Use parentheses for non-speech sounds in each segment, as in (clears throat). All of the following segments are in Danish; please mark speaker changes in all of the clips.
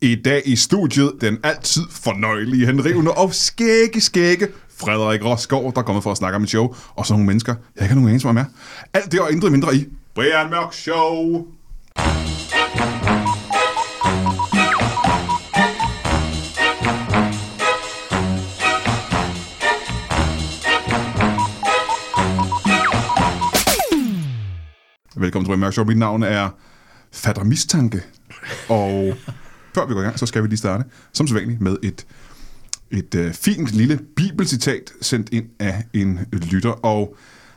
Speaker 1: I dag i studiet den altid fornøjelige, henrivende og skægge, skægge Frederik Rosgaard, der er kommet for at snakke om et show, og så nogle mennesker, jeg ikke har nogen anelse om, hvem er. Alt det og intet mindre i Brian Mørk Show. Velkommen til Brian Mørk Show. Mit navn er Fatter Mistanke. Og før vi går i gang, så skal vi lige starte, som sædvanligt, med et, et øh, fint lille bibelcitat, sendt ind af en lytter. Og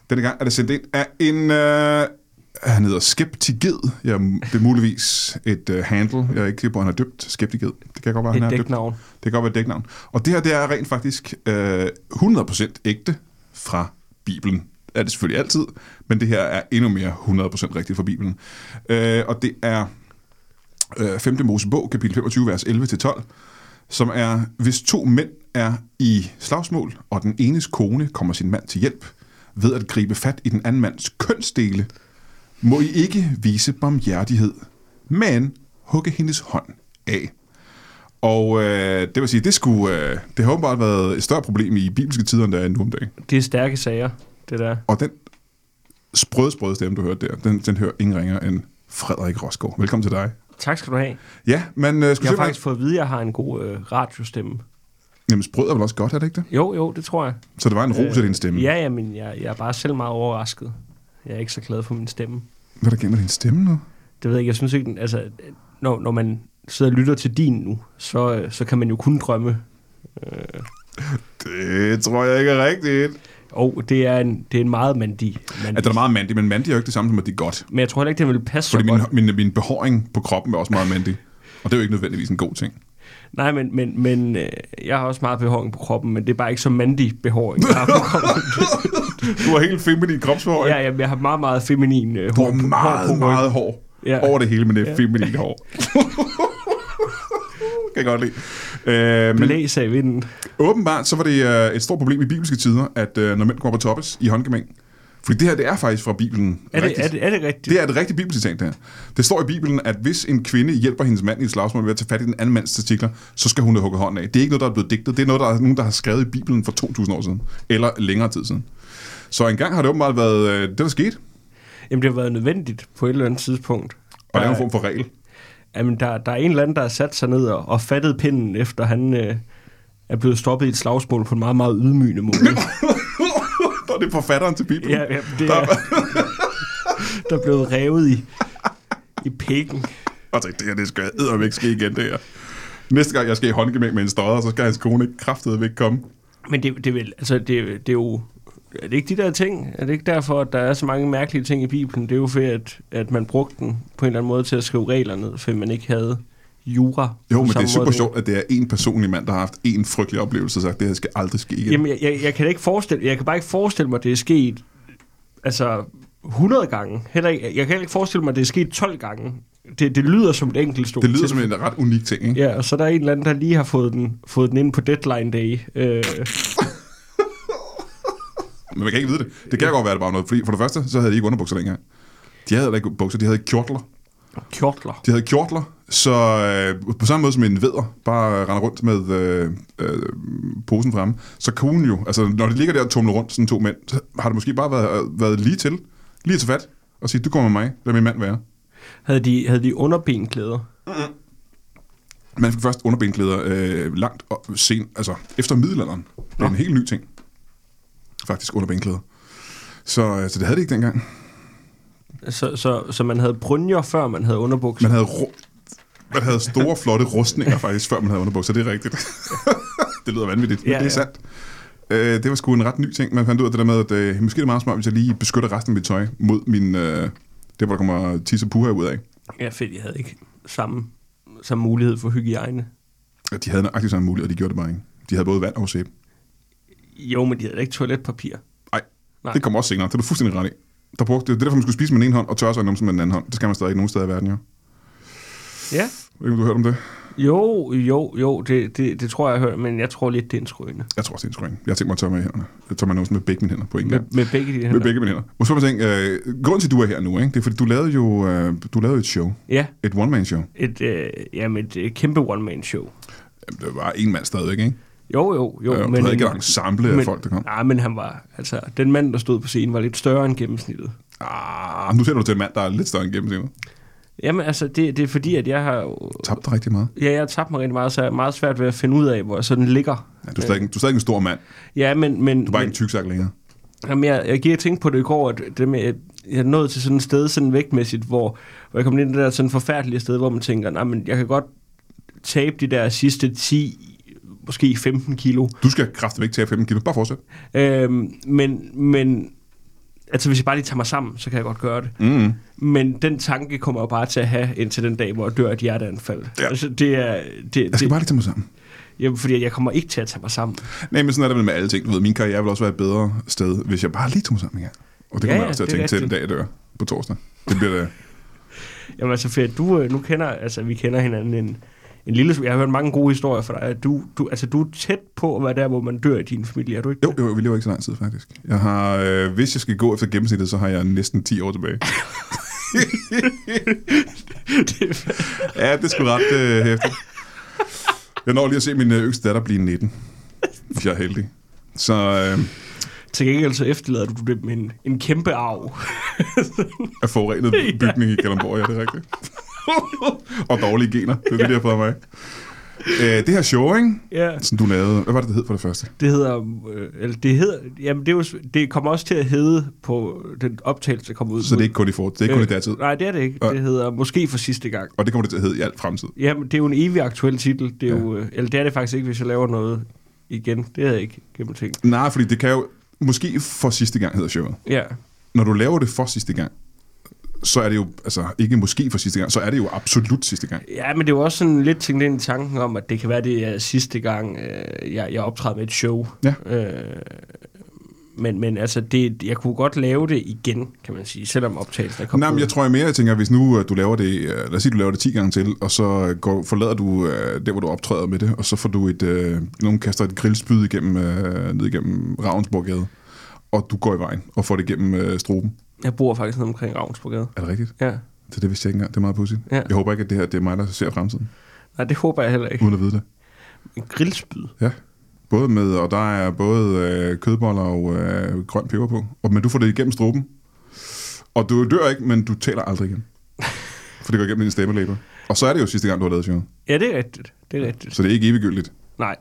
Speaker 1: denne gang er det sendt ind af en... Øh, han hedder Skeptiged. Ja, det er muligvis et øh, handle. Jeg er ikke sikker på, at han er døbt. Skeptiged. Det kan godt være, han er
Speaker 2: Et
Speaker 1: døbt.
Speaker 2: dæknavn.
Speaker 1: Det kan godt være et dæknavn. Og det her, det er rent faktisk øh, 100% ægte fra Bibelen. Det er det selvfølgelig altid, men det her er endnu mere 100% rigtigt fra Bibelen. Øh, og det er øh, 5. Mosebog, kapitel 25, vers 11-12, som er, hvis to mænd er i slagsmål, og den enes kone kommer sin mand til hjælp, ved at gribe fat i den anden mands kønsdele, må I ikke vise barmhjertighed, men hugge hendes hånd af. Og øh, det vil sige, det, skulle, øh, det har åbenbart været et større problem i bibelske tider, end der er nu om dagen.
Speaker 2: Det er stærke sager, det der.
Speaker 1: Og den sprøde, sprøde stemme, du hørte der, den, den hører ingen ringer end Frederik Rosgaard. Velkommen til dig.
Speaker 2: Tak skal du have.
Speaker 1: Ja, men øh,
Speaker 2: Jeg
Speaker 1: skulle
Speaker 2: har
Speaker 1: jeg
Speaker 2: faktisk
Speaker 1: faktisk...
Speaker 2: fået at vide, at jeg har en god øh, radiostemme.
Speaker 1: Jamen, sprød er vel også godt, er det ikke det?
Speaker 2: Jo, jo, det tror jeg. Øh,
Speaker 1: Så det var en ros af din stemme.
Speaker 2: Ja, ja, men jeg, jeg er bare selv meget overrasket. Jeg er ikke så glad for min stemme.
Speaker 1: Hvad er der galt med din stemme nu?
Speaker 2: Det ved jeg ikke, jeg synes ikke, den- altså, når, når man sidder og lytter til din nu, så, øh, så kan man jo kun drømme.
Speaker 1: Det tror jeg ikke er rigtigt.
Speaker 2: Og det er en, det er en meget mandig. mandig.
Speaker 1: At der er meget mandig, men mandig er jo ikke det samme som, at det er godt.
Speaker 2: Men jeg tror heller ikke, det ville passe så
Speaker 1: Fordi min,
Speaker 2: godt.
Speaker 1: min, min behåring på kroppen er også meget mandig. Og det er jo ikke nødvendigvis en god ting.
Speaker 2: Nej, men, men, men øh, jeg har også meget behåring på kroppen, men det er bare ikke så mandig behåring. Jeg
Speaker 1: (laughs)
Speaker 2: har på kroppen.
Speaker 1: Du har helt feminin kropshår,
Speaker 2: ja, ja, jeg har meget, meget feminin øh,
Speaker 1: Du
Speaker 2: hår.
Speaker 1: har meget, meget hår ja.
Speaker 2: Ja.
Speaker 1: over det hele, men det er feminint hår. (laughs) kan jeg godt lide. Øh, men
Speaker 2: Blæs af vinden.
Speaker 1: åbenbart så var det øh, et stort problem i bibelske tider, at øh, når mænd går på toppes i håndgemæng, fordi det her, det er faktisk fra Bibelen.
Speaker 2: Er det,
Speaker 1: rigtigt.
Speaker 2: er, det, er det rigtigt?
Speaker 1: Det er et rigtigt bibelcitat, det her. Det står i Bibelen, at hvis en kvinde hjælper hendes mand i et slagsmål ved at tage fat i den anden mands testikler, så skal hun have hugget hånden af. Det er ikke noget, der er blevet digtet. Det er noget, der er nogen, der har skrevet i Bibelen for 2.000 år siden. Eller længere tid siden. Så engang har det åbenbart været øh, det, der skete.
Speaker 2: Jamen, det har været nødvendigt på et eller andet tidspunkt.
Speaker 1: Og det er en
Speaker 2: Der-
Speaker 1: form for regel.
Speaker 2: Jamen, der, der er en eller anden, der har sat sig ned og, og fattet pinden, efter han øh, er blevet stoppet i et slagsmål på en meget, meget ydmygende
Speaker 1: (laughs)
Speaker 2: måde.
Speaker 1: Nå, det er forfatteren til Bibelen.
Speaker 2: ja, ja, det er, (laughs) der er blevet revet i, i pikken.
Speaker 1: Og tænkte, det her, det skal jeg ikke ske igen, det her. Næste gang, jeg skal i håndgemæng med en stodder, så skal hans kone ikke kraftedeme ikke komme.
Speaker 2: Men det, det, er vel, altså, det, er- det er jo... Er det ikke de der ting? Er det ikke derfor, at der er så mange mærkelige ting i Bibelen? Det er jo fordi, at, at man brugte den på en eller anden måde til at skrive regler ned, fordi man ikke havde jura.
Speaker 1: Jo,
Speaker 2: på
Speaker 1: men det
Speaker 2: samme
Speaker 1: er super
Speaker 2: måde.
Speaker 1: sjovt, at det er en personlig mand, der har haft en frygtelig oplevelse, og sagt, det her skal aldrig ske igen.
Speaker 2: Jamen, jeg, jeg, jeg kan da ikke forestille, jeg kan bare ikke forestille mig, at det er sket altså 100 gange. Heller ikke, jeg kan heller ikke forestille mig, at det er sket 12 gange. Det, det lyder som et enkelt stort
Speaker 1: det lyder
Speaker 2: til-
Speaker 1: som en ret unik ting, ikke?
Speaker 2: Ja, og så er der en eller anden, der lige har fået den, fået den ind på deadline day. Øh,
Speaker 1: Men man kan ikke vide det. Det kan godt være, det bare noget. Fordi for det første, så havde de ikke underbukser dengang. De havde heller ikke bukser, de havde kjortler.
Speaker 2: kjortler.
Speaker 1: De havde kjortler, så øh, på samme måde som en veder bare render rundt med øh, øh, posen fremme, så kunne hun jo, altså når det ligger der og tumler rundt, sådan to mænd, så har det måske bare været, øh, været lige til, lige til fat, og sige, du kommer med mig, lad min mand være.
Speaker 2: Havde de, havde de underbenklæder?
Speaker 1: Man fik først underbenklæder øh, langt og sen, altså efter middelalderen. Det er en helt ny ting, faktisk underbenklæder. Så, øh, så det havde det ikke dengang.
Speaker 2: Så, så, så man havde brynjer, før man havde underbukser?
Speaker 1: Man havde, ru- man havde store, flotte rustninger faktisk, før man havde underbukser. Det er rigtigt. (laughs) det lyder vanvittigt, men
Speaker 2: Ja,
Speaker 1: det er
Speaker 2: ja.
Speaker 1: sandt. Øh, det var sgu en ret ny ting. Man fandt ud af det der med, at øh, måske er det meget smart, hvis jeg lige beskytter resten af mit tøj mod min... Øh, det, hvor der kommer tisse og puha ud af.
Speaker 2: Ja, fedt, jeg havde ikke samme, samme mulighed for hygiejne.
Speaker 1: De havde nøjagtig samme mulighed, og de gjorde det bare ikke. De havde både vand og sæbe.
Speaker 2: Jo, men de havde da ikke toiletpapir.
Speaker 1: Ej, Nej,
Speaker 2: Nej.
Speaker 1: det kommer også senere. Det er du fuldstændig ret i. Der brugte, det er derfor, man skulle spise med den ene hånd og tørre sig i numsen med den anden hånd. Det skal man stadig ikke nogen steder i verden, jo.
Speaker 2: Ja,
Speaker 1: Jeg ved ikke, om du har hørt om det.
Speaker 2: Jo, jo, jo, det, det, det tror jeg, jeg hører, men jeg tror lidt, det er en skrøne.
Speaker 1: Jeg tror også, det er en screen. Jeg tænker mig at tørre mig i hænderne. Jeg tørre mig nogen med begge mine hænder på en
Speaker 2: Med,
Speaker 1: gang.
Speaker 2: med begge de hænder.
Speaker 1: Med begge mine hænder. Og så må jeg tænke, øh, grunden til, at du er her nu, ikke? det er fordi, du lavede jo øh, du lavede et show.
Speaker 2: Ja,
Speaker 1: Et one-man-show.
Speaker 2: et, øh, jamen, et øh, kæmpe one-man-show.
Speaker 1: Jamen, Det var en mand stadigvæk, ikke?
Speaker 2: Jo, jo, jo.
Speaker 1: Jo, øh, men, du havde ikke et ensemble af
Speaker 2: men,
Speaker 1: folk, der kom.
Speaker 2: Nej, men han var, altså, den mand, der stod på scenen, var lidt større end gennemsnittet.
Speaker 1: Ah, nu sender du til en mand, der er lidt større end gennemsnittet.
Speaker 2: Jamen, altså, det, det er fordi, at jeg har jo-
Speaker 1: Tabte dig rigtig meget.
Speaker 2: Ja, jeg har tabt mig rigtig meget, så jeg er meget svært ved at finde ud af, hvor jeg sådan ligger.
Speaker 1: Ja, du, er stadig, du er stadig en stor mand.
Speaker 2: Ja, men... men
Speaker 1: Du er bare
Speaker 2: men,
Speaker 1: ikke en tyksak længere.
Speaker 2: Jamen, jeg, jeg gik og tænkte på det i går, at det med, at jeg er nået til sådan et sted sådan vægtmæssigt, hvor, hvor jeg kom ind i det der sådan forfærdelige sted, hvor man tænker, nej, men jeg kan godt tabe de der sidste 10, måske 15 kilo.
Speaker 1: Du skal kraftigt ikke tage 15 kilo. Bare fortsæt.
Speaker 2: Øhm, men, men altså, hvis jeg bare lige tager mig sammen, så kan jeg godt gøre det.
Speaker 1: Mm.
Speaker 2: Men den tanke kommer jeg bare til at have indtil den dag, hvor jeg dør af et hjerteanfald.
Speaker 1: Ja.
Speaker 2: Altså, det er... Det,
Speaker 1: Jeg skal
Speaker 2: det,
Speaker 1: bare lige tage mig sammen.
Speaker 2: jamen, fordi jeg kommer ikke til at tage mig sammen.
Speaker 1: Nej, men sådan er det vel med alle ting. Du ved, min karriere vil også være et bedre sted, hvis jeg bare lige tog mig sammen en gang. Og det
Speaker 2: Ja,
Speaker 1: kommer
Speaker 2: ja,
Speaker 1: jeg også til at
Speaker 2: det er
Speaker 1: tænke til den
Speaker 2: rigtigt.
Speaker 1: dag, jeg dør på torsdag. Det bliver det.
Speaker 2: Jamen altså, Fred, du øh, nu kender, altså vi kender hinanden en, en lille smule. Jeg har hørt mange gode historier fra dig. Du, du, altså, du er tæt på at være der, hvor man dør i din familie, er du ikke
Speaker 1: Jo, jo, vi lever ikke så lang tid, faktisk. Jeg har, øh, hvis jeg skal gå efter gennemsnittet, så har jeg næsten 10 år tilbage.
Speaker 2: det?
Speaker 1: Ja, det er sgu ret øh, hæftigt. Jeg når lige at se min øh, yngste datter blive 19, hvis jeg er heldig. Så øh,
Speaker 2: Til gengæld så efterlader du det med en, en kæmpe arv. (laughs)
Speaker 1: er forurenet bygning i Kalundborg, ja, det er rigtigt. Og dårlige gener, det er det, de har fået af mig. Øh, det her show, ikke?
Speaker 2: ja,
Speaker 1: Som du lavede, hvad var det, det hed for det første?
Speaker 2: det hedder, øh, eller det hedder, jamen det, er jo, s- det kommer også til at hedde på den optagelse, der kommer ud.
Speaker 1: Så det er ikke kun i fortid, det er
Speaker 2: Øh.
Speaker 1: ikke kun i datid.
Speaker 2: Nej, det er det ikke.
Speaker 1: Nej.
Speaker 2: Det hedder Måske for sidste gang.
Speaker 1: Og det kommer det til at hedde i alt fremtid.
Speaker 2: Jamen, det er jo en evig aktuel titel. Det er
Speaker 1: Ja.
Speaker 2: ja. jo, øh, eller det er det faktisk ikke, hvis jeg laver noget igen. Det havde jeg ikke gennemtænkt.
Speaker 1: Nej, fordi det kan jo... Måske for sidste gang hedder showet.
Speaker 2: Ja,
Speaker 1: Når du laver det for sidste gang, så er det jo... Altså, ikke måske for sidste gang, så er det jo absolut sidste gang.
Speaker 2: Ja, men det var også sådan lidt tænkt ind i tanken om, at det kan være, det er sidste gang, øh, jeg, jeg optræder med et show.
Speaker 1: Ja.
Speaker 2: Øh, men, men altså, det, jeg kunne godt lave det igen, kan man sige, selvom optagelsen er kommet
Speaker 1: Nej, men jeg tror jeg mere, jeg tænker, hvis nu øh, du laver det, øh, lad os sige, du laver det 10 gange til, og så øh, går, forlader du øh, der, hvor du optræder med det, og så får du et, øh, nogen kaster et grillspyd igennem, øh, ned igennem Ravensborggade, og du går i vejen og får det igennem øh, struben.
Speaker 2: Jeg bor faktisk nede omkring Ravnsborgade.
Speaker 1: Er det rigtigt?
Speaker 2: Ja.
Speaker 1: Det, er det vidste jeg ikke engang. Det er meget pudsigt.
Speaker 2: Ja.
Speaker 1: Jeg håber ikke, at det her det er mig, der ser fremtiden,
Speaker 2: Nej, det håber jeg heller ikke.
Speaker 1: uden at vide det.
Speaker 2: En grillspyd.
Speaker 1: Ja. Både med, og der er både øh, kødboller og øh, grøn peber på. Og, men du får det igennem struben. Og du dør ikke, men du taler aldrig igen. For det går igennem dine stemmelæber. Og så er det jo sidste gang, du har lavet showet.
Speaker 2: Ja, det er rigtigt. Det er rigtigt.
Speaker 1: Så det er ikke eviggyldigt.
Speaker 2: Nej.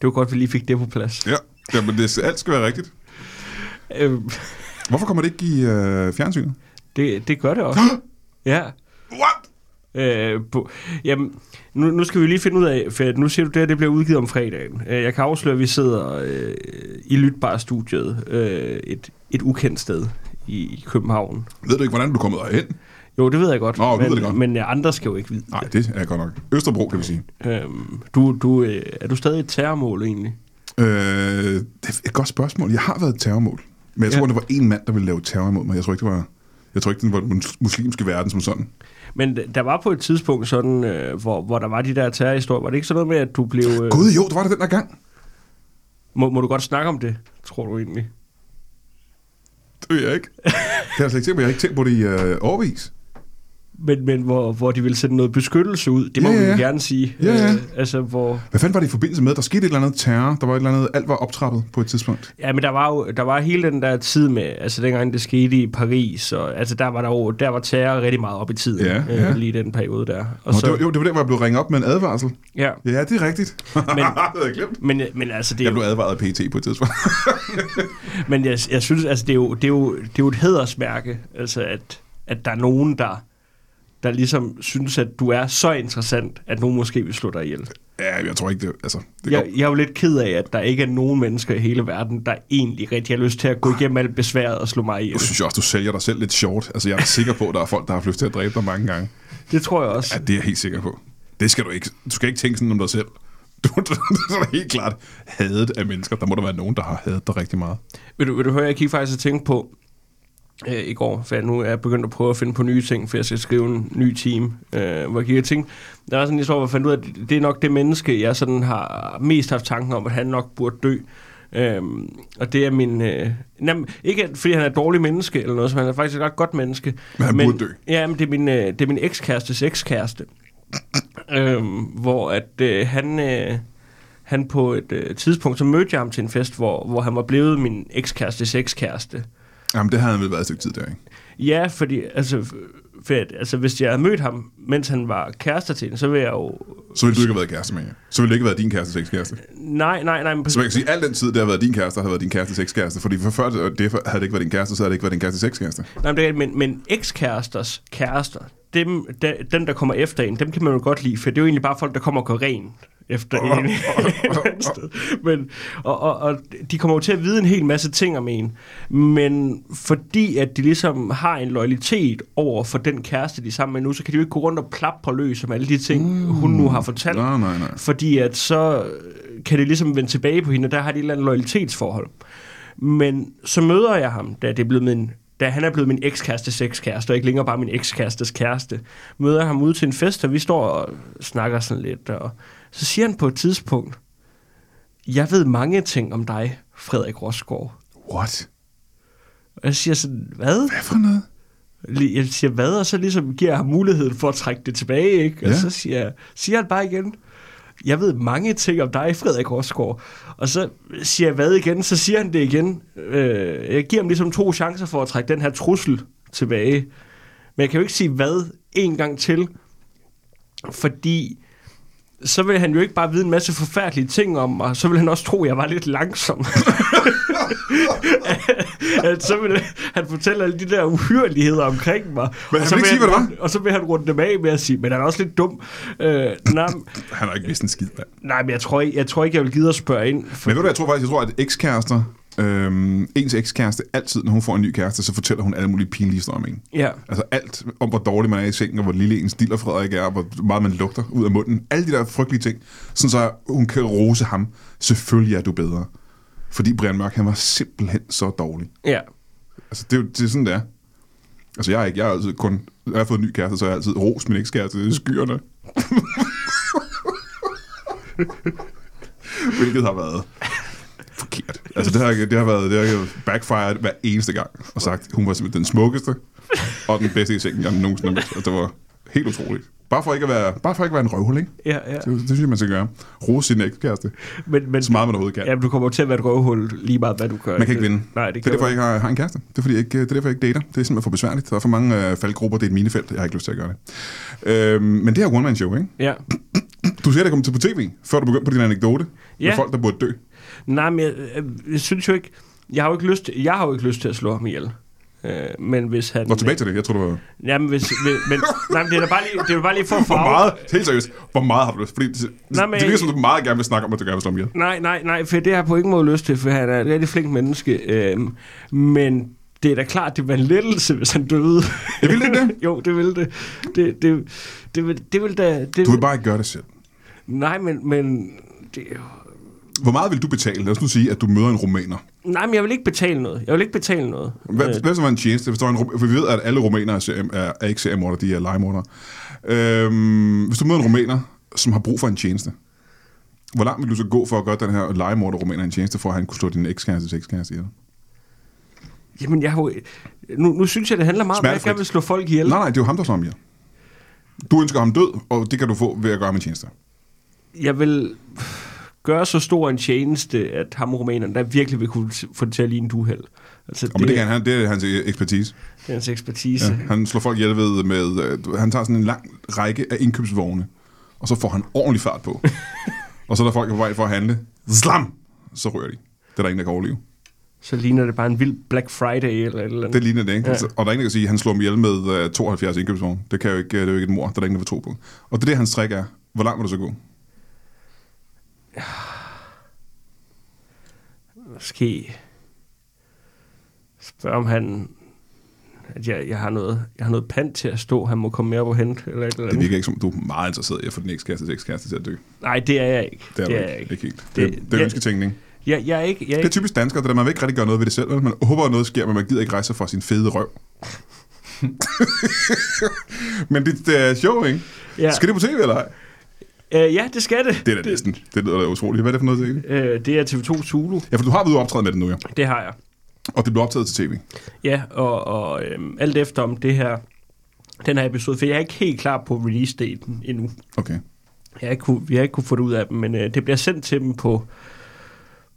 Speaker 2: Det var godt, vi lige fik det på plads.
Speaker 1: Ja, Jamen, det, alt skal være rigtigt.
Speaker 2: Øh,
Speaker 1: Hvorfor kommer det ikke i øh, fjernsynet?
Speaker 2: det, det gør det også. ja.
Speaker 1: What?
Speaker 2: Øh, på, jamen, nu, nu skal vi lige finde ud af, for nu siger du det her, det bliver udgivet om fredagen. Øh, jeg kan afsløre, at vi sidder øh, i Lytbar-studiet, øh, et, et ukendt sted i, i København.
Speaker 1: Ved du ikke, hvordan du er kommet derhen?
Speaker 2: Jo, det ved jeg godt,
Speaker 1: Nå, du ved
Speaker 2: men,
Speaker 1: det godt.
Speaker 2: men øh, andre skal jo ikke vide.
Speaker 1: Nej, det er godt nok. Østerbro, kan vi sige.
Speaker 2: Øhm, du, du, øh, er du stadig et terrormål egentlig?
Speaker 1: Øh, det er et godt spørgsmål. Jeg har været et terrormål. Men jeg tror,
Speaker 2: Ja.
Speaker 1: ja. det var en mand, der ville lave terror imod mig. Jeg tror ikke, det var... Jeg tror ikke, den var den muslimske verden som sådan.
Speaker 2: Men d- der var på et tidspunkt sådan, øh, hvor, hvor der var de der terrorhistorier, var det ikke sådan noget med, at du blev... Øh,
Speaker 1: Gud jo, det var det den der gang.
Speaker 2: må, må du godt snakke om det, tror du egentlig?
Speaker 1: Det ved jeg (laughs) ikke. Det har jeg slet ikke tænkt på. Jeg har ikke tænkt på det i øh, årvis.
Speaker 2: Men, men hvor, hvor de ville sende noget beskyttelse ud, det må
Speaker 1: Ja,
Speaker 2: man
Speaker 1: ja.
Speaker 2: jo gerne sige.
Speaker 1: Ja, ja.
Speaker 2: Øh, altså, hvor...
Speaker 1: Hvad fanden var det i forbindelse med? Der skete et eller andet terror. Der var et eller andet... Alt var optrappet på et tidspunkt.
Speaker 2: Ja, men der var jo der var hele den der tid med, altså dengang det skete i Paris, og altså der var der jo, der var terror rigtig meget op i tiden,
Speaker 1: Ja, ja.
Speaker 2: Øh, lige i den periode der. Og
Speaker 1: Og Nå, så... det var, jo, det var der, hvor jeg blev ringet op med en advarsel.
Speaker 2: ja,
Speaker 1: Ja, det er rigtigt. (laughs) Men... det havde jeg glemt.
Speaker 2: men, men altså, det er
Speaker 1: Jeg
Speaker 2: jo,
Speaker 1: blev advaret af PT på et tidspunkt. (laughs)
Speaker 2: men jeg, jeg synes, altså det er, jo, det, er jo, det er jo et hedersmærke, altså at, at der er nogen, der, der ligesom synes, at du er så interessant, at nogen måske vil slå dig ihjel.
Speaker 1: ja, jeg tror ikke, det... Altså, det går.
Speaker 2: Jeg, jeg er jo lidt ked af, at der ikke er nogen mennesker i hele verden, der egentlig rigtig har lyst til at gå igennem alt besværet og slå mig ihjel.
Speaker 1: Nu synes jeg også, Ah. du sælger dig selv lidt short. Altså, jeg er da sikker på, at der er folk, der har haft lyst til at dræbe dig mange gange.
Speaker 2: Det tror jeg også.
Speaker 1: Ja, det er jeg helt sikker på. Det skal du ikke. Du skal ikke tænke sådan om dig selv. (laughs) Du, du, du er helt klart hadet af mennesker. Der må der være nogen, der har hadet dig rigtig meget.
Speaker 2: Vil du, vil du høre, jeg gik faktisk og tænkte på, øh, i går, for jeg nu er jeg begyndt at prøve at finde på nye ting, for jeg skal skrive en ny team, øh, hvor jeg kigger ting. Der var sådan en historie, hvor jeg fandt ud af, at det er nok det menneske, jeg sådan har mest haft tanken om, at han nok burde dø. Øhm, og det er min... Øh, nem, ikke at- fordi han er et dårligt menneske eller noget, så han er faktisk et ret godt menneske.
Speaker 1: Men han burde dø.
Speaker 2: Ja, men det er min, øh, det er min ekskærestes ekskæreste. øhm, hvor at øh, han... Øh, han på et øh, tidspunkt, så mødte jeg ham til en fest, hvor, hvor han var blevet min ekskærestes ekskæreste.
Speaker 1: Jamen, det havde han vel været et stykke tid der, ikke?
Speaker 2: Ja, fordi altså, f- for, at- altså, hvis jeg havde mødt ham, mens han var kærester til hende, så ville jeg jo...
Speaker 1: Så ville du ikke have været kæreste med jer. Så ville det ikke have været din kæreste ekskæreste.
Speaker 2: Nej, nej, nej. Men
Speaker 1: Så man kan sige, at al den tid, det har været din kæreste, har været din kæreste ekskæreste. Fordi for før det havde det ikke været din kæreste, så havde det ikke været din kæreste ekskæreste.
Speaker 2: Nej, men, det er, rigtigt, men, men ekskæresters kærester, dem, de, dem, der kommer efter en, dem kan man jo godt lide, for det er jo egentlig bare folk, der kommer og går rent efter en. (laughs) et eller andet sted. men, og, og, og de kommer jo til at vide en hel masse ting om en, men fordi at de ligesom har en loyalitet over for den kæreste, de er sammen med nu, så kan de jo ikke gå rundt og plapre løs om alle de ting, mm. hun nu har fortalt.
Speaker 1: Nej, nej, nej.
Speaker 2: Mm. Fordi at så øh, kan det ligesom vende tilbage på hende, og der har de et eller andet loyalitetsforhold. Men så møder jeg ham, da, det er blevet min, da han er blevet min ekskærestes ekskæreste, og ikke længere bare min ekskærestes kæreste. Møder jeg ham ude til en fest, og vi står og snakker sådan lidt. Og så siger han på et tidspunkt, jeg ved mange ting om dig, Frederik Rosgaard.
Speaker 1: What?
Speaker 2: Og jeg siger sådan, hvad?
Speaker 1: Hvad for noget?
Speaker 2: Lige- Jeg siger, hvad? Og så ligesom giver jeg ham muligheden for at trække det tilbage, ikke? Og
Speaker 1: Ja.
Speaker 2: ja. så siger, jeg- siger han bare igen, jeg ved mange ting om dig, Frederik Rosgaard. Og så siger jeg, hvad igen? Så siger han det igen. Øh, jeg giver ham ligesom to chancer for at trække den her trussel tilbage. Men jeg kan jo ikke sige, hvad en gang til. Fordi så vil han jo ikke bare vide en masse forfærdelige ting om mig, så vil han også tro, at jeg var lidt
Speaker 1: (laughs)
Speaker 2: langsom. at så vil han fortælle alle de der uhyreligheder omkring mig.
Speaker 1: Men
Speaker 2: og,
Speaker 1: han
Speaker 2: så
Speaker 1: vil ikke sige, hvad det
Speaker 2: han, og så vil han runde dem af med at sige, men han er også lidt dum. Øh, nej,
Speaker 1: Han har ikke vidst en skid, mand.
Speaker 2: nej, men jeg tror, ikke, jeg tror ikke, jeg vil gide at spørge ind. For,
Speaker 1: Men ved du, hvad, jeg tror faktisk, jeg tror, at ekskærester, øhm, ens ekskæreste, altid, når hun får en ny kæreste, så fortæller hun alle mulige pinlige historier om en.
Speaker 2: ja.
Speaker 1: Altså alt om, hvor dårlig man er i sengen, og hvor lille ens diller Frederik er, og hvor meget man lugter ud af munden. Alle de der frygtelige ting. Sådan så hun kan rose ham. Selvfølgelig er du bedre. Fordi Brian Mørk, han var simpelthen så dårlig.
Speaker 2: ja.
Speaker 1: Altså, det, er jo- det er sådan, det er. Altså, jeg er ikke, jeg er altid kun, når jeg har fået en ny kæreste, så er jeg altid ros min ekskæreste i skyerne. (laughs) Hvilket har været forkert. Altså, det har, ikke- det har været det har jo backfired hver eneste gang, og sagt, hun var simpelthen den smukkeste, og den bedste i sengen, jeg nogensinde har mødt. Altså, det var helt utroligt. Bare for ikke at være, bare for ikke at være en røvhul, ikke?
Speaker 2: ja, ja.
Speaker 1: Det, det synes jeg, man skal gøre. Rose sin ekskæreste.
Speaker 2: Men, men,
Speaker 1: Så meget man overhovedet kan.
Speaker 2: ja, men du kommer til at være et røvhul lige meget, hvad du gør.
Speaker 1: Man kan ikke vinde.
Speaker 2: Nej,
Speaker 1: det
Speaker 2: det
Speaker 1: er
Speaker 2: kan
Speaker 1: derfor,
Speaker 2: man
Speaker 1: jeg ikke har, har en kæreste. Det er, fordi jeg ikke, det er derfor, jeg ikke dater. Det er simpelthen for besværligt. Der er for mange øh, faldgrupper. Det er et minefelt. Jeg har ikke lyst til at gøre det. Øhm, men det er one-man-show, ikke?
Speaker 2: Ja.
Speaker 1: Du ser det komme til på tv, før du begynder på din anekdote. Med
Speaker 2: Ja.
Speaker 1: folk, der burde dø.
Speaker 2: Nej, men jeg, øh, jeg, synes jo ikke... Jeg har jo ikke lyst, til- jeg har jo ikke lyst til at slå ham ihjel. Øh, men hvis han...
Speaker 1: Nå, tilbage til det. Jeg tror, du var...
Speaker 2: Jamen, hvis, hvis, men, nej, men det er da bare lige, det er jo bare lige for at
Speaker 1: Hvor
Speaker 2: farve.
Speaker 1: meget, helt seriøst, hvor meget har du lyst? Fordi det,
Speaker 2: Nej,
Speaker 1: Nej,
Speaker 2: men
Speaker 1: det virker
Speaker 2: jeg-
Speaker 1: som, du meget gerne vil snakke om, at du gerne vil slå mig ihjel.
Speaker 2: Nej, nej, nej, for det har jeg på ingen måde lyst til, for han er et rigtig flink menneske. Øhm, men det er da klart, det var en lettelse, hvis han døde.
Speaker 1: Jeg vil ikke det.
Speaker 2: (laughs) jo, det ville det. Det, det, det, vil, det vil da... Det,
Speaker 1: Du vil bare ikke gøre det selv.
Speaker 2: Nej, men, men det, er jo-
Speaker 1: Hvor meget vil du betale? Lad os nu sige, at du møder en rumæner.
Speaker 2: nej, men jeg vil ikke betale noget. Jeg vil ikke betale noget. Øh,
Speaker 1: Hvad, hvad så var en tjeneste? Hvis der var en, rum- for vi ved, at alle rumænere er, serie- er, er ikke seriemordere, de er legemordere. Øhm, hvis du møder en rumæner, som har brug for en tjeneste, hvor langt vil du så gå for at gøre den her legemorder rumæner en tjeneste, for at han kunne slå din ekskæreste til ekskæreste ihjel?
Speaker 2: Jamen, jeg har jo, nu, nu synes jeg, det handler meget om, at jeg
Speaker 1: Smertefrit.
Speaker 2: gerne vil slå folk ihjel.
Speaker 1: Nej, nej, det er jo ham, der slår ham ihjel. Du ønsker ham død, og det kan du få ved at gøre ham en tjeneste.
Speaker 2: jeg vil gøre så stor en tjeneste, at ham rumæneren, der virkelig vil kunne t- få det til at ligne et uheld. Altså,
Speaker 1: Og det, det, kan han, det er hans øh, ekspertise.
Speaker 2: det er hans
Speaker 1: Ja,
Speaker 2: ekspertise. Ja.
Speaker 1: han slår folk ihjel ved med... øh, du- Han tager sådan en lang række af indkøbsvogne, og så får han ordentlig fart
Speaker 2: (laughs)
Speaker 1: på. og så er der folk på vej for at handle. Slam! Så rører de. Det er der ingen, der kan overleve.
Speaker 2: Så ligner det bare en vild Black Friday eller et eller andet.
Speaker 1: Det ligner det, ikke? Ja.
Speaker 2: Ja.
Speaker 1: Og der er ingen, der kan sige, at han slår mig ihjel med øh, 72 indkøbsvogne. Det, kan jo ikke, øh, det er jo ikke et mor, der er der ingen, der vil tro på. Og det er det, hans trick er. Hvor langt må du så gå?
Speaker 2: Måske spørg om han, at jeg, jeg, har noget, jeg har noget pant til at stå, han må komme mere op og hente eller et eller
Speaker 1: Det
Speaker 2: andet.
Speaker 1: virker ikke som, du er meget interesseret i at få din ekskæreste til ekskæreste til at dø.
Speaker 2: Nej, det er jeg ikke.
Speaker 1: Det er,
Speaker 2: det
Speaker 1: du
Speaker 2: er jeg
Speaker 1: ikke.
Speaker 2: ikke.
Speaker 1: ikke helt. Det, det,
Speaker 2: Det-
Speaker 1: det er
Speaker 2: jeg-
Speaker 1: ønsketænkning.
Speaker 2: Jeg, jeg er ikke... Jeg er
Speaker 1: Det er
Speaker 2: ikke
Speaker 1: typisk danskere, det der, man vil ikke rigtig gøre noget ved det selv. vel? Man håber, at noget sker, men man gider ikke rejse sig fra sin fede (laughs) røv. men det, det er sjovt, ikke?
Speaker 2: ja.
Speaker 1: Ja. Skal det på tv eller ej?
Speaker 2: Øh, ja, det skal det.
Speaker 1: Det er da næsten. Det lyder da utroligt. Hvad er det for noget, det er?
Speaker 2: Øh, det er TV2 Zulu.
Speaker 1: Ja, for du har været ude og optræde med det nu, ja.
Speaker 2: Det har jeg.
Speaker 1: Og det blev optaget til tv.
Speaker 2: Ja, og, og øhm, alt efter om det her, den her episode, for jeg er ikke helt klar på release-daten endnu.
Speaker 1: Okay.
Speaker 2: Jeg har ikke kunne, vi har ikke kunne få det ud af dem, men øh, det bliver sendt til dem på,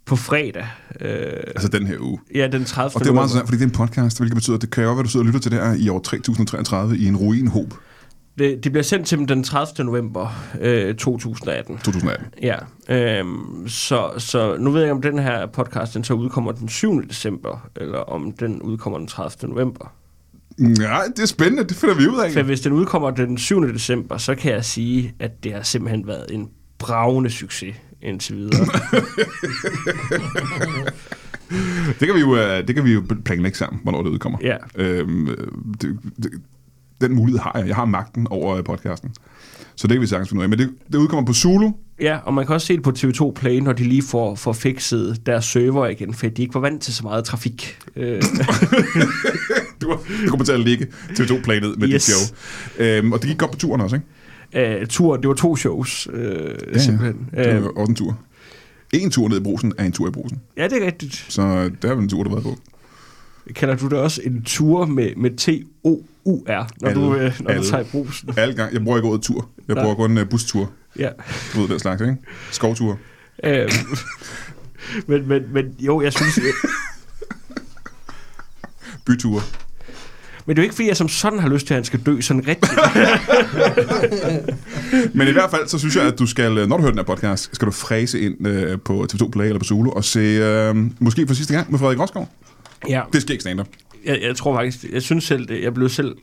Speaker 2: på fredag. Øh,
Speaker 1: Altså den her uge.
Speaker 2: ja, den 30.
Speaker 1: Og det er jo meget
Speaker 2: november.
Speaker 1: interessant, fordi det er en podcast, hvilket betyder, at det kan jo godt være, at du sidder og lytter til det her i år 3033 i en ruinhob
Speaker 2: det, det bliver sendt til dem den 30. november øh, 2018.
Speaker 1: 2018.
Speaker 2: Ja, øhm, så, så nu ved jeg ikke, om den her podcast, den så udkommer den 7. december, eller om den udkommer den 30. november.
Speaker 1: Nej, det er spændende. Det finder vi ud af.
Speaker 2: For hvis den udkommer den 7. december, så kan jeg sige, at det har simpelthen været en bravende succes
Speaker 1: (coughs)
Speaker 2: indtil videre.
Speaker 1: Det kan vi jo, øh, det kan vi jo planlægge sammen, hvornår det udkommer.
Speaker 2: Ja.
Speaker 1: Øhm, øh, det, det, den mulighed har jeg. Jeg har magten over øh, podcasten. Så det kan vi sagtens finde ud af. Men det, det udkommer på Zulu. (laughs)
Speaker 2: ja, og man kan også se det på TV2 Play, når de lige får, får fikset deres server igen, fordi de ikke var vant til så meget trafik.
Speaker 1: (coughs)
Speaker 2: Øh,
Speaker 1: Du, du kommer til at ligge TV2 Play ned med yes. dit
Speaker 2: Yes.
Speaker 1: show. Øhm, og det gik godt på turen også, ikke?
Speaker 2: øh, tur, det var to shows, øh, ja, simpelthen.
Speaker 1: Det
Speaker 2: Øh,
Speaker 1: var også en tur. En tur ned i brusen er en tur i brusen.
Speaker 2: ja, det er rigtigt.
Speaker 1: Så øh, det er vel en tur, du har været på.
Speaker 2: Kalder du det også en tur med, med T-O-U-R, når
Speaker 1: Alle.
Speaker 2: du, øh, når du
Speaker 1: Alle.
Speaker 2: tager i brusen?
Speaker 1: Alle gang. Jeg bruger ikke ordet tur. Jeg
Speaker 2: Nej.
Speaker 1: bruger kun uh, bustur.
Speaker 2: Ja.
Speaker 1: Du ved den slags, ikke? Skovtur. (laughs)
Speaker 2: Øh, men, men, men jo, jeg synes... øh,
Speaker 1: Bytur.
Speaker 2: Men det er jo ikke, fordi jeg som sådan har lyst til, at han skal dø sådan
Speaker 1: (laughs)
Speaker 2: rigtigt.
Speaker 1: Men i hvert fald, så synes jeg, at du skal, øh, når du hører den her podcast, skal du fræse ind øh, på TV2 Play eller på Zulu og se, øh, måske for sidste gang, med Frederik Rosgaard.
Speaker 2: ja.
Speaker 1: Det skal ikke stand
Speaker 2: Jeg, jeg tror faktisk, jeg synes selv det. Jeg blev selv,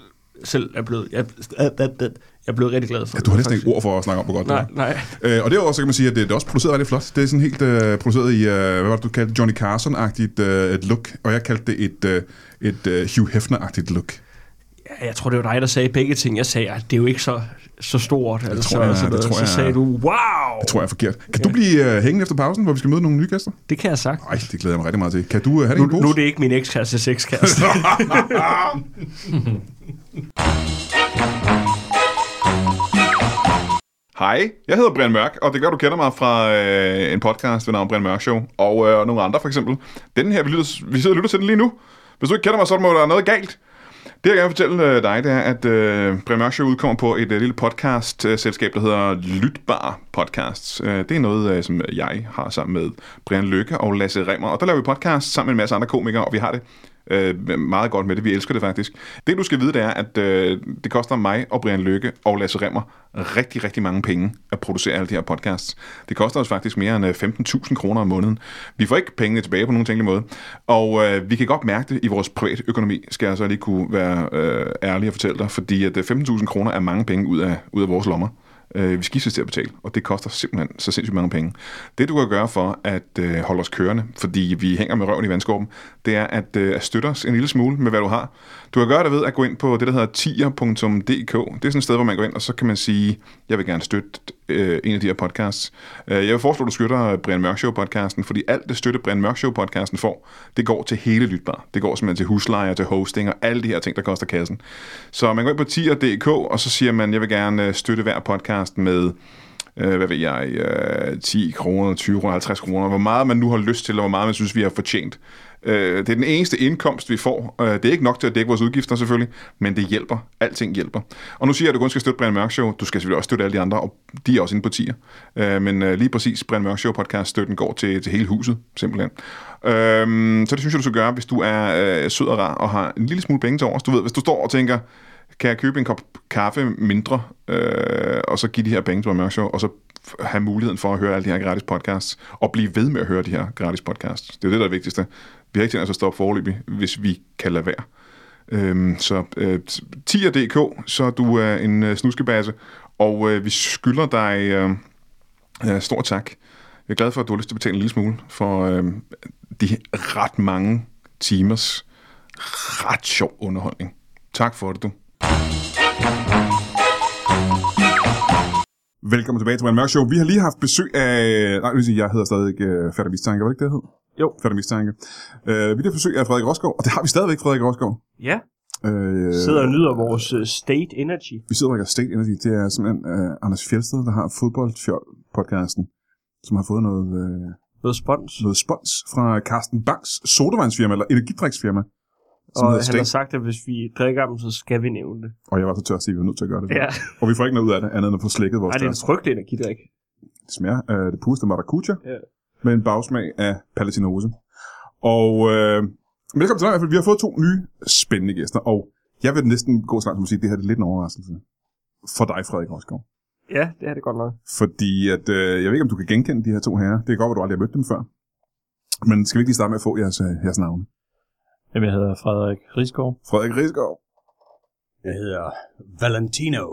Speaker 2: selv er blevet, jeg, jeg blev rigtig glad for
Speaker 1: Du har næsten
Speaker 2: faktisk.
Speaker 1: ikke ord for at snakke om, hvor godt
Speaker 2: Nej,
Speaker 1: det
Speaker 2: nej.
Speaker 1: var. Øh, og derudover, så kan man sige, at det, det er også produceret rigtig flot. Det er sådan helt øh, produceret i, øh, hvad var det, du kaldte det? Johnny Carson-agtigt øh, et look, og jeg kaldte det et, øh, et øh, Hugh Hefner-agtigt look.
Speaker 2: Ja, Jeg tror, det var dig, der sagde begge ting. Jeg sagde, at det er jo ikke så, så stort. Det altså,
Speaker 1: tror jeg,
Speaker 2: og sådan
Speaker 1: det
Speaker 2: noget.
Speaker 1: tror jeg.
Speaker 2: Så sagde du, wow!
Speaker 1: Det tror jeg er forkert. Kan du blive øh, hængende efter pausen, hvor vi skal møde nogle nye gæster?
Speaker 2: Det kan jeg sagt.
Speaker 1: Nej, det glæder jeg mig rigtig meget til. Kan du øh, have det Øh. i
Speaker 2: Nu,
Speaker 1: en pose?
Speaker 2: nu er det ikke min
Speaker 1: (laughs)
Speaker 2: ekskæreste sexkæreste.
Speaker 1: Hej, jeg hedder Brian Mørk, og det gør, du kender mig fra øh, en podcast ved navn Brian Mørk Show, og øh, nogle andre for eksempel. Den her, vi, lytter, vi sidder og lytter til den lige nu. Hvis du ikke kender mig, så må der være noget galt. Det, jeg gerne vil fortælle øh, dig, det er, at øh, Brian Mørk Show udkommer på et øh, lille podcast-selskab, der hedder Lytbar Podcasts. Øh, det er noget, øh, som jeg har sammen med Brian Lykke og Lasse Remmer, og der laver vi podcast sammen med en masse andre komikere, og vi har det øh, meget godt med det. Vi elsker det faktisk. Det, du skal vide, det er, at øh, det koster mig og Brian Lykke og Lasse Remmer rigtig, rigtig mange penge at producere alle de her podcasts. Det koster os faktisk mere end øh, 15.000 kroner om måneden. Vi får ikke pengene tilbage på nogen tænkelig måde, og øh, vi kan godt mærke det i vores private økonomi, skal jeg så lige kunne være øh, ærlig og fortælle dig, fordi at øh, 15.000 kroner er mange penge ud af, ud af vores lommer. Øh, vi skiftes til at betale, og det koster simpelthen så sindssygt mange penge. Det du kan gøre for at øh, holde os kørende, fordi vi hænger med røven i vandskorben, det er at, øh, at støtte os en lille smule med, hvad du har. Du kan gøre det ved at gå ind på det, der hedder tier.dk. Det er sådan et sted, hvor man går ind, og så kan man sige, jeg vil gerne støtte øh, en af de her podcasts. Øh, jeg vil foreslå, at du støtter Brian Mørk Show-podcasten, fordi alt det støtte, Brian Mørk Show-podcasten får, det går til hele Lytbar. Det går simpelthen til huslejer, til hosting og alle de her ting, der koster kassen. Så man går ind på tier.dk, og så siger man, jeg vil gerne øh, støtte hver podcast med øh, hvad ved jeg, øh, 10 kroner, 20 kroner, 50 kroner, hvor meget man nu har lyst til, og hvor meget man synes, vi har fortjent. Øh, det er den eneste indkomst, vi får. Øh, det er ikke nok til at dække vores udgifter selvfølgelig, men det hjælper. Alting hjælper. Og nu siger jeg, at du kun skal støtte Brian Mørk Show. Du skal selvfølgelig også støtte alle de andre, og de er også inde på tier. Øh, men øh, lige præcis Brian Mørk Show podcast støtten går til, til hele huset, simpelthen. Øh, så det synes jeg, du skal gøre, hvis du er øh, sød og rar og har en lille smule penge til overs. Du ved, hvis du står og tænker, kan jeg købe en kop kaffe mindre, øh, og så give de her penge til Mørk Show, og så f- have muligheden for at høre alle de her gratis podcasts, og blive ved med at høre de her gratis podcasts. Det er jo det, der er det vigtigste. Vi har ikke tænkt os at stoppe foreløbig, hvis vi kan lade være. Øhm, så øh, tier.dk, så er du øh, en øh, snuskebasse, og øh, vi skylder dig øh, øh, stor tak. Jeg er glad for, at du har lyst til at betale en lille smule for øh, de ret mange timers ret sjov underholdning. Tak for det, du. Velkommen tilbage til Brian Mørk Show. Vi har lige haft besøg af... Nej, det vil sige, jeg hedder stadig øh, Færdig Mistanke. Var det ikke det, jeg hed?
Speaker 2: Jo.
Speaker 1: Færdig Mistanke. Øh, vi har besøg af Frederik Roskov, og det har vi stadigvæk, Frederik Roskov.
Speaker 3: Ja,
Speaker 1: Øh,
Speaker 3: sidder og nyder vores øh, state energy.
Speaker 1: Vi sidder og State Energy. Det er simpelthen øh, Anders Fjeldsted, der har fodboldfjold-podcasten, som har fået noget, øh,
Speaker 3: Noget spons.
Speaker 1: noget spons fra Carsten Banks sodavandsfirma, eller energidriksfirma. Som
Speaker 3: Og
Speaker 1: hedder
Speaker 3: han har
Speaker 1: State.
Speaker 3: sagt, at hvis vi drikker dem, så skal vi nævne det.
Speaker 1: Og jeg var så tør at sige, at vi var nødt til at gøre det.
Speaker 3: Ja.
Speaker 1: Og vi får ikke noget ud af det, andet end at få slækket vores
Speaker 3: Ej, det er
Speaker 1: tørst.
Speaker 3: en frygtelig energidrik.
Speaker 1: Det smager af det puste maracuja,
Speaker 3: Ja.
Speaker 1: med en bagsmag af palatinose. Og øh, velkommen til dig i hvert fald. Vi har fået to nye spændende gæster, og jeg vil næsten gå så langt som at sige, at det her det er lidt en overraskelse for dig, Frederik Roskov.
Speaker 3: Ja, det er det godt nok.
Speaker 1: Fordi at, øh, jeg ved ikke, om du kan genkende de her to herrer. Det kan godt, at du aldrig har mødt dem før. Men skal vi ikke lige starte med at få jeres, øh, jeres navne?
Speaker 4: Jamen, jeg hedder Frederik
Speaker 2: (laughs)
Speaker 4: Rigsgaard.
Speaker 1: Frederik Rigsgaard.
Speaker 5: Jeg hedder Valentino.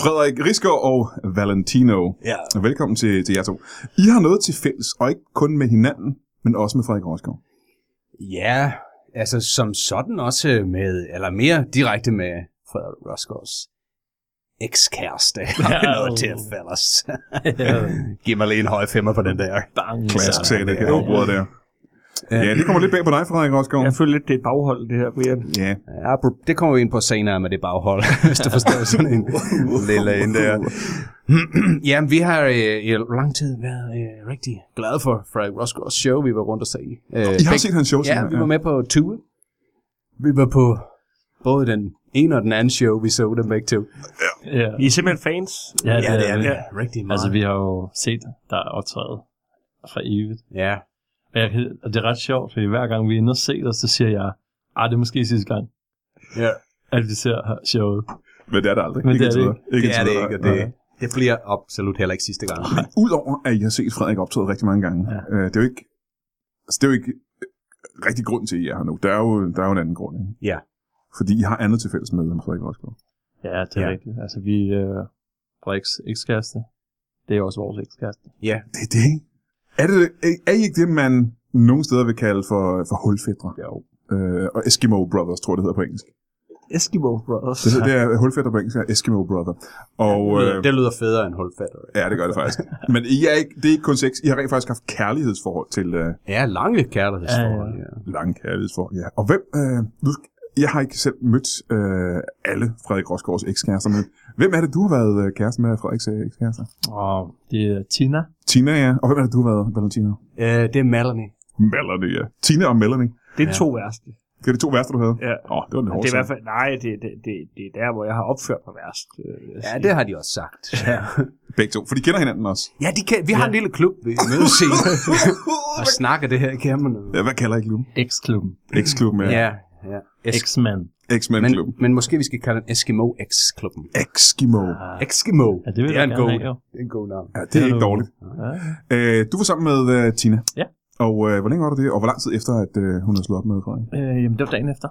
Speaker 1: Frederik Rigsgaard og Valentino.
Speaker 5: Ja,
Speaker 1: Velkommen til, til jer to. I har noget til fælles, og ikke kun med hinanden, men også med Frederik Roskov.
Speaker 5: ja altså som sådan også med, eller mere direkte med Frederik Roskovs (laughs) ekskæreste. Ja, noget til at fælles. (laughs) Giv mig lige en høj femmer på den der.
Speaker 4: Bang.
Speaker 1: Klassisk
Speaker 5: Sådan
Speaker 1: sagen, det
Speaker 5: der.
Speaker 1: her område der.
Speaker 5: øh,
Speaker 1: Ja, det kommer lidt bag på dig, Frederik Roskov.
Speaker 2: Jeg føler lidt, det er et baghold, det her, Brian.
Speaker 1: Ja,
Speaker 5: Ja, br- det kommer vi ind på senere med det baghold, (laughs) hvis du forstår sådan en (laughs) lille en (clears throat) der. Jamen, vi har øh, i lang tid været øh, rigtig glade for Frederik Roskovs show, vi var rundt og se. Øh,
Speaker 1: I har set hans show,
Speaker 5: Ja, vi var med på Tue. Vi var på både den ene og den anden show, vi så dem begge to.
Speaker 4: Ja.
Speaker 2: I er simpelthen fans.
Speaker 4: Ja, det, er vi.
Speaker 5: Ja, rigtig meget.
Speaker 4: Altså, vi har jo set, der er optrædet fra evigt.
Speaker 5: Ja,
Speaker 4: Og, jeg, kan- og det er ret sjovt, fordi hver gang vi er inde og ser det, så siger jeg, ah, det er måske sidste gang,
Speaker 5: ja.
Speaker 4: at vi ser showet.
Speaker 1: Men det er det aldrig.
Speaker 4: Men
Speaker 1: ikke
Speaker 4: det er det
Speaker 1: indtil videre.
Speaker 5: det er
Speaker 1: indtil
Speaker 5: det
Speaker 1: videre,
Speaker 5: ikke, og
Speaker 1: nej.
Speaker 5: det, det bliver absolut heller ikke (laughs) sidste gang.
Speaker 1: Men udover at I har set Frederik optræde rigtig mange gange, ja.
Speaker 4: Ja.
Speaker 1: øh, det er jo ikke, altså, det er jo ikke øh, rigtig grund til, at I er her nu. Der er jo, der er jo en anden grund, ikke?
Speaker 5: Ja.
Speaker 1: Fordi I har andet til fælles med dem, Frederik Rosgaard.
Speaker 4: Ja, det er
Speaker 5: Ja.
Speaker 4: ja. rigtigt. Altså, vi øh, Frederiks ekskæreste. Det er også vores ekskæreste.
Speaker 5: Ja,
Speaker 1: Det er det, ikke? Er, det, er- er I ikke det, man nogle steder vil kalde for, for hulfædre?
Speaker 5: jo.
Speaker 1: Øh, og Eskimo Brothers, tror jeg, det hedder på engelsk.
Speaker 2: Eskimo Brothers.
Speaker 1: Det, hedder- det er hulfædre på engelsk, er Eskimo Brother. Og,
Speaker 5: Det lyder-
Speaker 1: øh,
Speaker 5: Det lyder federe end Hold Fatter.
Speaker 1: ja, det gør det faktisk. Men I er ikke, det er ikke kun sex. I har rent faktisk haft kærlighedsforhold til, øh,
Speaker 5: Ja, lange kærlighedsforhold. Ja,
Speaker 1: lange kærlighedsforhold, ja. Og hvem... Øh, nu, sk- jeg har ikke selv mødt øh, alle Frederik Rosgaards ekskærester, men hvem er det, du har været øh, kæreste med af Frederiks øh, ekskærester?
Speaker 4: Og det er Tina.
Speaker 1: Tina, ja. Og hvem er det, du har været, Valentina?
Speaker 5: Øh, det er Melanie.
Speaker 1: Melanie, ja. Tina og Melanie.
Speaker 2: Det er to værste.
Speaker 1: Det er de to værste, du havde.
Speaker 2: Ja.
Speaker 1: Åh, oh, det var lidt
Speaker 2: Det
Speaker 1: hårdt.
Speaker 2: er i hvert fald, nej, det, det, det, det er der, hvor jeg har opført mig værst. øh, vil jeg
Speaker 5: Ja,
Speaker 2: sige.
Speaker 5: det har de også sagt. Ja,
Speaker 1: sagt. Begge to, for de kender hinanden også.
Speaker 5: ja de kan, vi har en lille klub, vi mødes (laughs) i. og snakker det her i kammerne.
Speaker 1: Ja, hvad kalder I klubben?
Speaker 4: X-klubben.
Speaker 1: X-klubben, ja.
Speaker 5: Ja, ja. Esk-
Speaker 4: X-man.
Speaker 5: men,
Speaker 1: X-Men-klubben.
Speaker 5: men måske vi skal kalde den Eskimo X-klubben.
Speaker 1: Eskimo.
Speaker 4: Ah,
Speaker 5: Eskimo.
Speaker 4: Ja, det vil
Speaker 5: det
Speaker 4: jeg
Speaker 5: er en
Speaker 4: gerne
Speaker 5: god,
Speaker 4: have, jo.
Speaker 5: det er en god navn.
Speaker 1: Ja, det er ikke dårligt.
Speaker 4: Ja.
Speaker 1: Øh, du var sammen med øh, Tina.
Speaker 4: Ja.
Speaker 1: Og øh, hvor længe var du det, og hvor lang tid efter, at øh, hun havde slået op med Frederik?
Speaker 4: Øh, jamen, det var dagen (laughs) efter.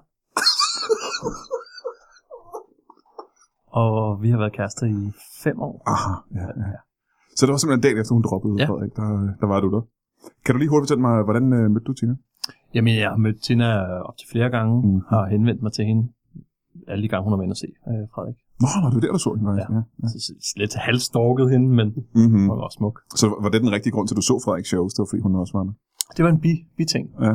Speaker 4: og vi har været kærester i fem år.
Speaker 1: Aha, ja, ja. Så det var simpelthen dagen efter, hun droppede ja.
Speaker 4: Ja.
Speaker 1: Frederik, der, der var du der. Kan du lige hurtigt fortælle mig, hvordan øh, mødte du Tina?
Speaker 4: Jamen, jeg har mødt Tina øh, op til flere gange,
Speaker 1: Mhm.
Speaker 4: mm. har henvendt mig til hende alle de gange, hun har været inde og se øh, Frederik.
Speaker 1: Nå, nå, det var der, du så hende faktisk. Ja. Ja.
Speaker 4: Så s- lidt halvstorket hende, men
Speaker 1: Mm-hmm.
Speaker 4: hun var smuk.
Speaker 1: Så var det den rigtige grund til, at du så Frederik shows? Det var, fordi hun også var med.
Speaker 4: Det var en bi, bi-ting, Mm.
Speaker 1: Ja.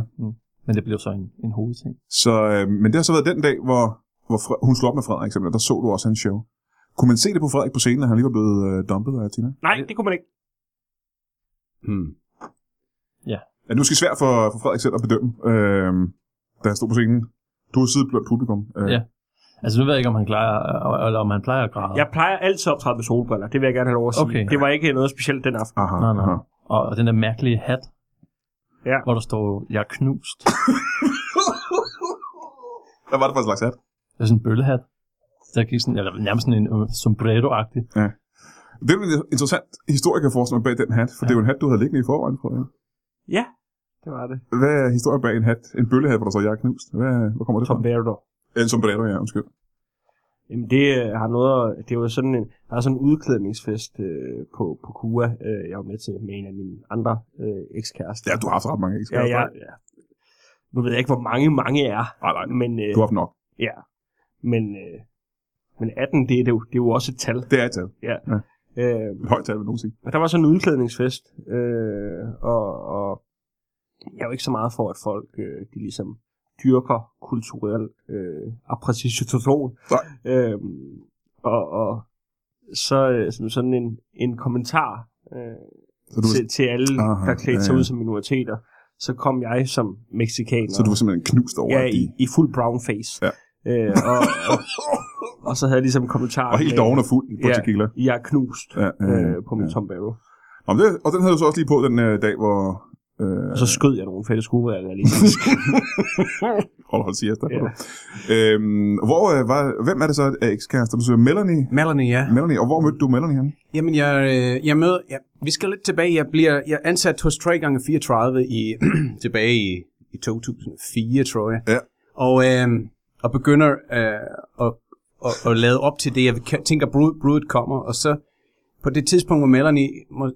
Speaker 4: men det blev så en, en hovedting.
Speaker 1: Så, øh, men det har så været den dag, hvor, hvor Fre- hun slog op med Frederik, simpelthen, der så du også hans show. Kunne man se det på Frederik på scenen, at han lige var blevet øh, dumpet af Tina?
Speaker 2: Nej, det kunne man ikke.
Speaker 5: Hmm.
Speaker 1: Ja, det er måske svært for, for Frederik selv at bedømme, øh, da han stod på scenen. Du har siddet blandt publikum. Øh,
Speaker 4: Ja. Altså, nu ved jeg ikke, om han, plejer, øh, eller om han plejer at græde.
Speaker 2: Jeg plejer altid at optræde med solbriller. Det vil jeg gerne have lov at sige.
Speaker 4: Okay.
Speaker 2: Det var ikke noget specielt den aften.
Speaker 1: Aha,
Speaker 4: Nej, nej.
Speaker 1: aha.
Speaker 4: Og, og den der mærkelige hat,
Speaker 2: Ja.
Speaker 4: hvor der står, jeg er knust.
Speaker 1: Hvad var det for en slags hat?
Speaker 4: Det er sådan en bøllehat. Der gik sådan, eller nærmest sådan en øh, sombrero-agtig.
Speaker 1: Det er jo en interessant historie, kan jeg forestille mig, bag den hat, for ja.
Speaker 4: Ja.
Speaker 1: det er jo en hat, du havde liggende i forvejen, Frederik.
Speaker 2: Ja, det var det.
Speaker 1: Hvad er historien bag en hat? En bøllehat, hvor der så jeg er knust. Hvad, hvor kommer det fra?
Speaker 2: Tom Verdor.
Speaker 1: En sombrero, ja, undskyld.
Speaker 2: Jamen det øh, har noget at, det var sådan en, der er sådan en udklædningsfest øh, på, på Cuba, øh, jeg var med til med en af mine andre øh, ekskærester.
Speaker 1: Ja, du har haft ret mange
Speaker 2: ja,
Speaker 1: ekskærester.
Speaker 2: ja, ja. Nu ved jeg ikke, hvor mange mange er,
Speaker 1: Nej, nej.
Speaker 2: men, øh,
Speaker 1: Du har haft nok.
Speaker 2: ja. men øh, Men 18, det er, jo, det er jo også et tal.
Speaker 1: Det er et tal.
Speaker 2: Øh,
Speaker 1: Et højt tal, vil nogen sige.
Speaker 2: og der var sådan en udklædningsfest, øh, og, og jeg er jo ikke så meget for, at folk øh, de ligesom dyrker kulturel øh, appreciation.
Speaker 1: Nej.
Speaker 2: Øh, og, og så øh, som sådan en, en kommentar øh,
Speaker 1: Så du, var,
Speaker 2: til, til alle,
Speaker 1: Aha,
Speaker 2: Aha, der klædte sig
Speaker 1: ja,
Speaker 2: ja,
Speaker 1: ja.
Speaker 2: ud som minoriteter. Så kom jeg som meksikaner.
Speaker 1: så du var simpelthen knust over,
Speaker 2: Ja,
Speaker 1: at de
Speaker 2: i, i fuld brown face.
Speaker 1: Ja.
Speaker 2: Øh, og, og, og så havde jeg ligesom kommentarer.
Speaker 1: var helt
Speaker 2: med,
Speaker 1: doven og fuld på
Speaker 2: Ja.
Speaker 1: tequila.
Speaker 2: Jeg er knust
Speaker 1: Ja, ja, ja.
Speaker 2: øh, på min ja. Tom Barrow.
Speaker 1: Nå, men det, og den havde du så også lige på den øh, dag, hvor... Øh,
Speaker 2: Og så skød jeg nogen, for det skulle være
Speaker 1: (laughs)
Speaker 2: realistisk.
Speaker 1: hold, hold siesta.
Speaker 2: Ja.
Speaker 1: Yeah. Øhm, hvor, øh, var, hvem er det så af ekskærester? Du siger Melanie.
Speaker 5: Melanie, ja.
Speaker 1: Melanie, og hvor mødte du Melanie henne?
Speaker 5: Jamen, jeg, øh, jeg møder... Jeg, vi skal lidt tilbage. Jeg bliver jeg er ansat hos 3x34 i, (clears throat) tilbage i, i 2004, tror jeg.
Speaker 1: Ja.
Speaker 5: Og, øh, og begynder øh, at, at, at lade op til det. Jeg kan- tænker, Brood, Brood kommer, og så på det tidspunkt, hvor Melanie, må,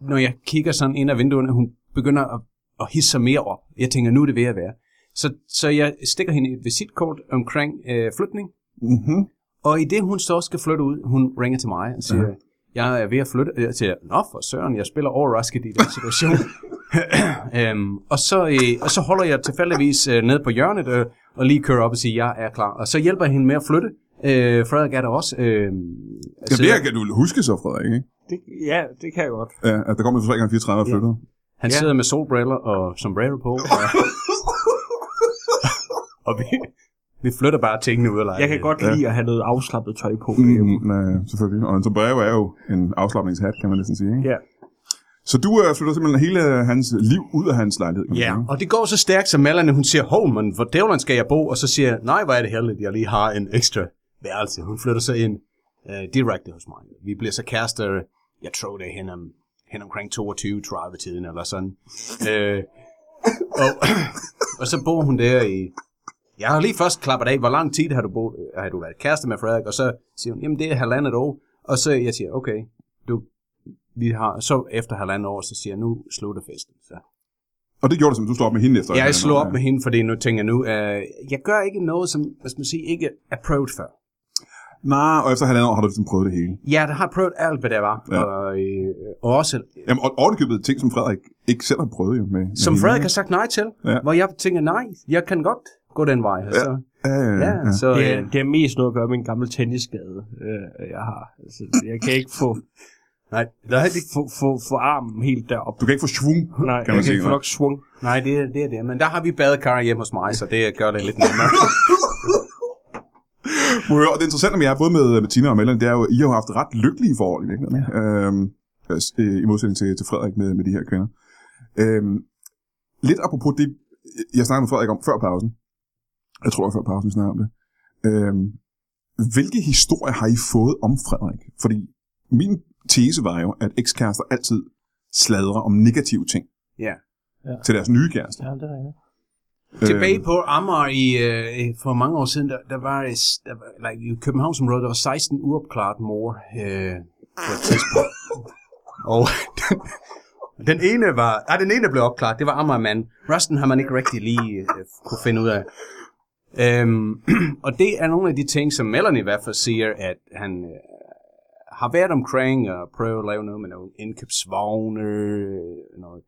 Speaker 5: når jeg kigger sådan ind ad vinduerne, hun begynder at, at hisse sig mere op. Jeg tænker, nu er det ved at være. Så, så jeg stikker hende et visitkort omkring øh, flytning,
Speaker 1: Mm-hmm.
Speaker 5: og i det, hun så skal flytte ud, hun ringer til mig og siger, uh jeg er ved at flytte. Jeg siger, nå for søren, jeg spiller overrasket i den
Speaker 2: (laughs)
Speaker 5: situation. øhm, og, så, øh, og så holder jeg tilfældigvis øh, nede på hjørnet øh, og lige kører op og siger, jeg er klar. Og så hjælper jeg hende med at flytte. Øh, Frederik er der også. Øh,
Speaker 1: Ja, det kan du huske så, Frederik, ikke?
Speaker 2: det, ja, det kan jeg godt.
Speaker 1: Ja, at der kom en fra 34 og flyttede.
Speaker 5: Han
Speaker 2: Ja.
Speaker 5: sidder med solbriller og sombrero på. Og,
Speaker 2: (laughs)
Speaker 5: (laughs) og vi, vi flytter bare tingene ud af
Speaker 2: Jeg kan godt
Speaker 1: Ja.
Speaker 2: lide at have noget afslappet tøj på. Øh,
Speaker 1: Mm, nej, selvfølgelig. Og en sombrero er jo en afslappningshat, kan man næsten sige. Ikke?
Speaker 2: Ja.
Speaker 1: Så du øh, flytter simpelthen hele øh, hans liv ud af hans lejlighed, kan man
Speaker 5: Ja,
Speaker 1: sige.
Speaker 5: og det går så stærkt, som Melanie, hun siger, hov, men hvor dævlen skal jeg bo? Og så siger jeg, nej, hvor er det herligt, jeg lige har en ekstra værelse. Hun flytter så ind øh, direkte hos mig. Vi bliver så kærester, øh, jeg tror det er hen, om, hen omkring 22-30 tiden eller sådan. Øh, (coughs) og, (coughs) og så bor hun der i... Jeg har lige først klappet af, hvor lang tid har du, boet, øh, har du været kæreste med Frederik? Og så siger hun, jamen det er halvandet år. Og så jeg siger, okay, du, vi har, så efter halvandet år, så siger jeg, nu slutter festen. Så
Speaker 1: Og det gjorde du simpelthen. Du slog op med hende efter.
Speaker 5: Ja, jeg
Speaker 1: at han-
Speaker 5: slog op med hende, fordi nu tænker jeg nu, øh, jeg gør ikke noget, som hvad skal man sige, ikke er prøvet før.
Speaker 1: Nej, og efter halvandet år har du ligesom prøvet det hele.
Speaker 5: Ja, der har prøvet alt, hvad der var.
Speaker 1: Ja.
Speaker 5: Ja. Og, øh, og også,
Speaker 1: Jamen, og ovenikøbet ting, som Frederik ikke selv har prøvet jo med. med
Speaker 5: som
Speaker 1: hende,
Speaker 5: Frederik har
Speaker 1: ikke?
Speaker 5: sagt nej til,
Speaker 1: Ja.
Speaker 5: ja. hvor jeg tænker, nej, jeg kan godt gå den vej. Så,
Speaker 1: Ja, ja,
Speaker 5: ja,
Speaker 1: ja. ja.
Speaker 5: så,
Speaker 2: Det,
Speaker 5: øh,
Speaker 2: er, det er mest noget at gøre med en gammel tennisskade, øh, jeg har. Altså, jeg kan ikke (laughs) få,
Speaker 5: nej, der er det,
Speaker 2: få, få, få armen helt derop.
Speaker 1: Du kan ikke få svung.
Speaker 2: Nej,
Speaker 1: Kan man
Speaker 2: jeg kan
Speaker 1: sige,
Speaker 2: ikke få
Speaker 1: nej.
Speaker 2: nok svung.
Speaker 5: nej det, er- det er det. Men der har vi badekar hjemme hos mig, så det gør det lidt nemmere.
Speaker 1: Må jeg høre, Og det interessante med jer, både med, med Tina og Melanie, det er jo, at I har jo haft ret lykkelige forhold i virkeligheden. Ja. Øhm, altså, øh, I modsætning til, til Frederik med, med de her kvinder. Øhm, lidt apropos det, jeg snakkede med Frederik om før pausen. Jeg tror, det var før pausen, vi snakkede om det. Øhm, hvilke historier har I fået om Frederik? Fordi min tese var jo, at ekskærester altid sladrer om negative ting
Speaker 5: Ja.
Speaker 4: Ja.
Speaker 1: til deres nye kæreste.
Speaker 4: Ja, det er rigtigt.
Speaker 5: Tilbage på Amager i, øh, for mange år siden, der, der var, et s- der var like, i Københavnsområdet, der var 16 uopklaret mor øh, på et tidspunkt. (laughs) Og den, den ene var, ah, den ene blev opklaret, det var Amagermand. Resten har man ikke rigtig lige øh, kunne finde ud af. Øhm, (clears throat) og det er nogle af de ting, som Melanie i hvert fald siger, at han øh, har været omkring og prøvet at lave noget med nogle indkøbsvogne, øh, noget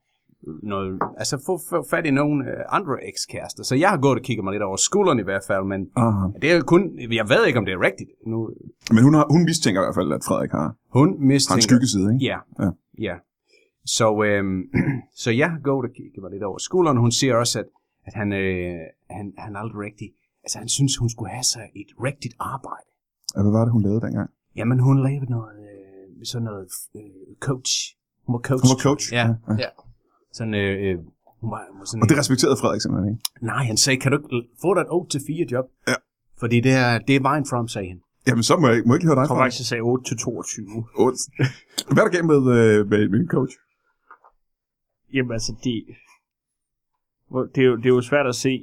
Speaker 5: noget, altså få, få fat i nogle øh, andre ekskærester. Så jeg har gået og kigget mig lidt over skulderen i hvert fald, men
Speaker 1: Øhm, Aha.
Speaker 5: det er jo kun, jeg ved ikke om det er rigtigt. Nu,
Speaker 1: Men hun, har, hun mistænker i hvert fald, at Frederik har,
Speaker 5: hun
Speaker 1: har en
Speaker 5: mistænker...
Speaker 1: skyggeside, ikke?
Speaker 5: Ja,
Speaker 1: Ja.
Speaker 5: ja. Så, øhm, (clears throat) så jeg har gået og kigget mig lidt over skulderen. Hun siger også, at, at han, øh, han, han aldrig rigtig... Altså han synes, hun skulle have sig et rigtigt arbejde.
Speaker 1: Ja. Hvad var det, hun lavede dengang?
Speaker 5: Jamen hun lavede noget, øh, sådan noget øh, coach. Hun var coach.
Speaker 1: Hun var coach.
Speaker 5: Ja,
Speaker 1: ja.
Speaker 5: ja. Sådan, øh, øh, hun var, hun var sådan
Speaker 1: Og det
Speaker 5: en-
Speaker 1: respekterede Frederik simpelthen ikke.
Speaker 5: Nej, han sagde, kan du ikke få dig et 8-4 job?
Speaker 1: Ja.
Speaker 5: Fordi det er, det er vejen frem, sagde han.
Speaker 1: Jamen, så må jeg, ikke- må jeg ikke høre dig
Speaker 2: Jeg tror
Speaker 1: fra.
Speaker 2: faktisk, jeg sagde 8 til 22.
Speaker 1: Hvad er der galt med, øh, med, med en coach?
Speaker 2: Jamen altså, det, hvor- det, er jo, det er jo svært at se,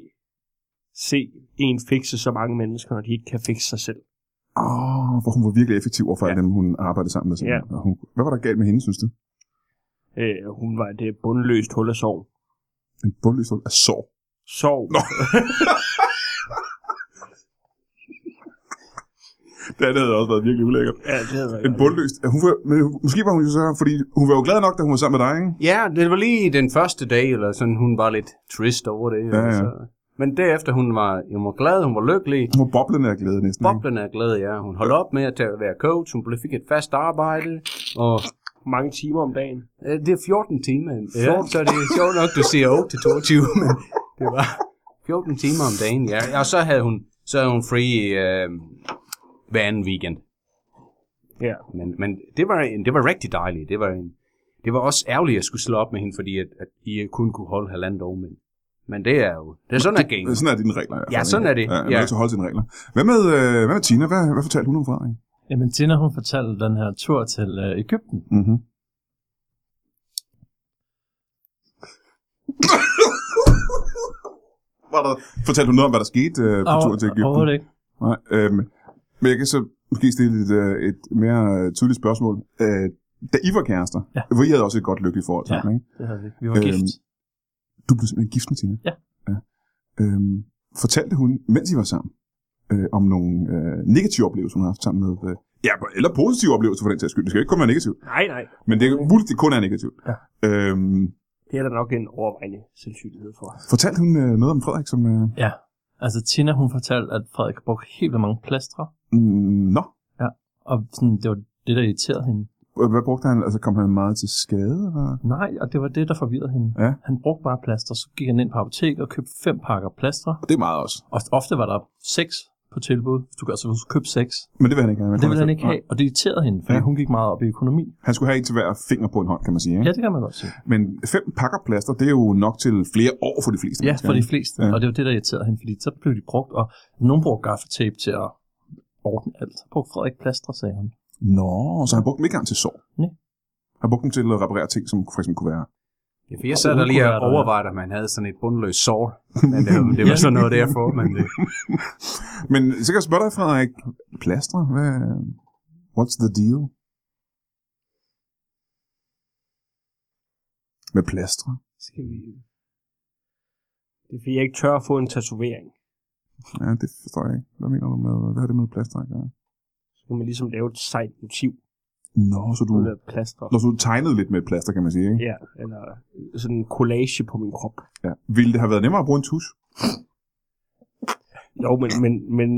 Speaker 2: se en fikse så mange mennesker, når de ikke kan fikse sig selv.
Speaker 1: Åh, oh, hvor hun var virkelig effektiv overfor ja.
Speaker 2: Ja.
Speaker 1: dem, hun arbejdede sammen med. Ja. Og hun, hvad var der galt med hende, synes du?
Speaker 2: Øh, hun var det bundløst hul af sorg.
Speaker 1: En bundløs hul af sorg.
Speaker 2: Sorg.
Speaker 1: Nå. det andet havde også været virkelig ulækkert.
Speaker 3: Ja, det havde
Speaker 1: En bundløst. Hun var, men måske var hun jo så, fordi hun var jo glad nok, da hun var sammen med dig, ikke?
Speaker 5: Ja, det var lige den første dag, eller sådan, hun var lidt trist over det.
Speaker 1: Ja, Mm. ja.
Speaker 5: Så. Men derefter, hun var, hun var glad, hun var lykkelig.
Speaker 1: Hun var boblende af glæde næsten. ikke?
Speaker 5: Boblen er glad, ja. Hun holdt op med at tage- være coach, hun blev- fik et fast arbejde, og
Speaker 3: Mange timer om dagen.
Speaker 5: øh, det er 14 timer. Ja, så det er sjovt nok, du siger 8 til 22, (laughs) men det var 14 timer om dagen, ja. Og så havde hun, så havde hun free øh, hver anden weekend.
Speaker 3: Ja.
Speaker 5: Men, men det, var, en- det var rigtig dejligt. Det var, en, det var også ærgerligt, at jeg skulle slå op med hende, fordi at, at I kun kunne holde halvandet år med Men det er jo... Det er sådan, at game. (laughs)
Speaker 1: Sådan er dine regler. i hvert
Speaker 5: Ja,
Speaker 1: fald,
Speaker 5: sådan
Speaker 1: ikke?
Speaker 5: er det.
Speaker 1: Ja, man
Speaker 5: Ja.
Speaker 1: er nødt til at holde sine regler. Hvad med, øh, hvad med Tina? Hvad, hvad fortalte hun om Frederik?
Speaker 4: Jamen, Tina, hun fortalte den her tur til øh, Ægypten.
Speaker 1: Mm-hmm. (laughs) var der, fortalte hun noget om, hvad der skete øh, på turen til Ægypten?
Speaker 4: Overhovedet ikke.
Speaker 1: Nej, øhm, men jeg kan så måske stille et, øh, et mere øh, tydeligt spørgsmål. Øh, da I var kærester,
Speaker 4: Ja.
Speaker 1: hvor I havde også et godt lykkeligt forhold
Speaker 4: Ja.
Speaker 1: sammen, ikke?
Speaker 4: Det havde vi ikke. Vi var
Speaker 1: Øhm,
Speaker 4: gift.
Speaker 1: Du blev simpelthen gift med Tina?
Speaker 4: Ja.
Speaker 1: ja. Øhm, fortalte hun, mens I var sammen, øh, om nogle øh, negative oplevelser, hun har haft sammen med... Øh, ja, eller positive oplevelser for den sags skyld. Det skal jo ikke kun være negativt.
Speaker 3: Nej, nej.
Speaker 1: Men det er muligt, det kun er negativt.
Speaker 4: Ja.
Speaker 1: Øhm,
Speaker 3: Det er der nok en overvejende sandsynlighed for.
Speaker 1: fortalte hun øh, noget om Frederik, som... Øh,
Speaker 4: Ja. Altså, Tina, hun fortalte, at Frederik har brugt helt vildt mange plastre.
Speaker 1: mm, nå,
Speaker 4: Og sådan, det var det, der irriterede hende.
Speaker 1: hvad brugte han? Altså, kom han meget til skade? Eller?
Speaker 4: Nej, og det var det, der forvirrede hende.
Speaker 1: Ja.
Speaker 4: Han brugte bare plaster, så gik han ind på apoteket og købte fem pakker plastre.
Speaker 1: Det er meget også.
Speaker 4: Og ofte var der seks på tilbud. Du kan altså købe seks.
Speaker 1: Men det vil han ikke have.
Speaker 4: Det ville han ikke
Speaker 1: Nej.
Speaker 4: have, og det irriterede hende, fordi
Speaker 1: Ja.
Speaker 4: ja. hun gik meget op i økonomi.
Speaker 1: Han skulle have en til hver finger på en hånd, kan man sige. Ikke?
Speaker 4: Ja, det kan man godt sige.
Speaker 1: Men fem pakker plaster, det er jo nok til flere år for de fleste
Speaker 4: Ja,
Speaker 1: mennesker,
Speaker 4: for de
Speaker 1: ikke?
Speaker 4: fleste.
Speaker 1: Ja.
Speaker 4: Ja. Og det var det, der irriterede hende, fordi så blev de brugt, og nogen brugte gaffatape til at ordne alt. Så brugte Frederik plaster, sagde hun.
Speaker 1: Nå, så han brugte dem ikke engang til sår.
Speaker 4: Nej.
Speaker 1: Han brugte dem til at reparere ting, som for eksempel kunne være...
Speaker 5: Ja, for jeg sad der lige og overvejede, om man havde sådan et bundløst (laughs) sår. Men det, var- det var sådan noget derfor, men øh, det,
Speaker 1: (laughs) Men så kan jeg spørge dig, Frederik. Plaster? Hvad... What's the deal? Med plaster?
Speaker 3: Skal vi... Det er fordi, jeg ikke tør at få en tatovering.
Speaker 1: Ja, det forstår jeg ikke. Hvad mener du med... Hvad har det med plaster at gøre?
Speaker 3: Så kan man ligesom lave et sejt motiv
Speaker 1: Nå, så du...
Speaker 3: ud af plaster.
Speaker 1: Når du tegnede lidt med plaster, kan man sige, ikke?
Speaker 3: Ja, eller sådan en collage på min krop.
Speaker 1: Ja. Ville det have været nemmere at bruge en tusch?
Speaker 3: Jo, men, men,
Speaker 1: (clears throat)
Speaker 3: men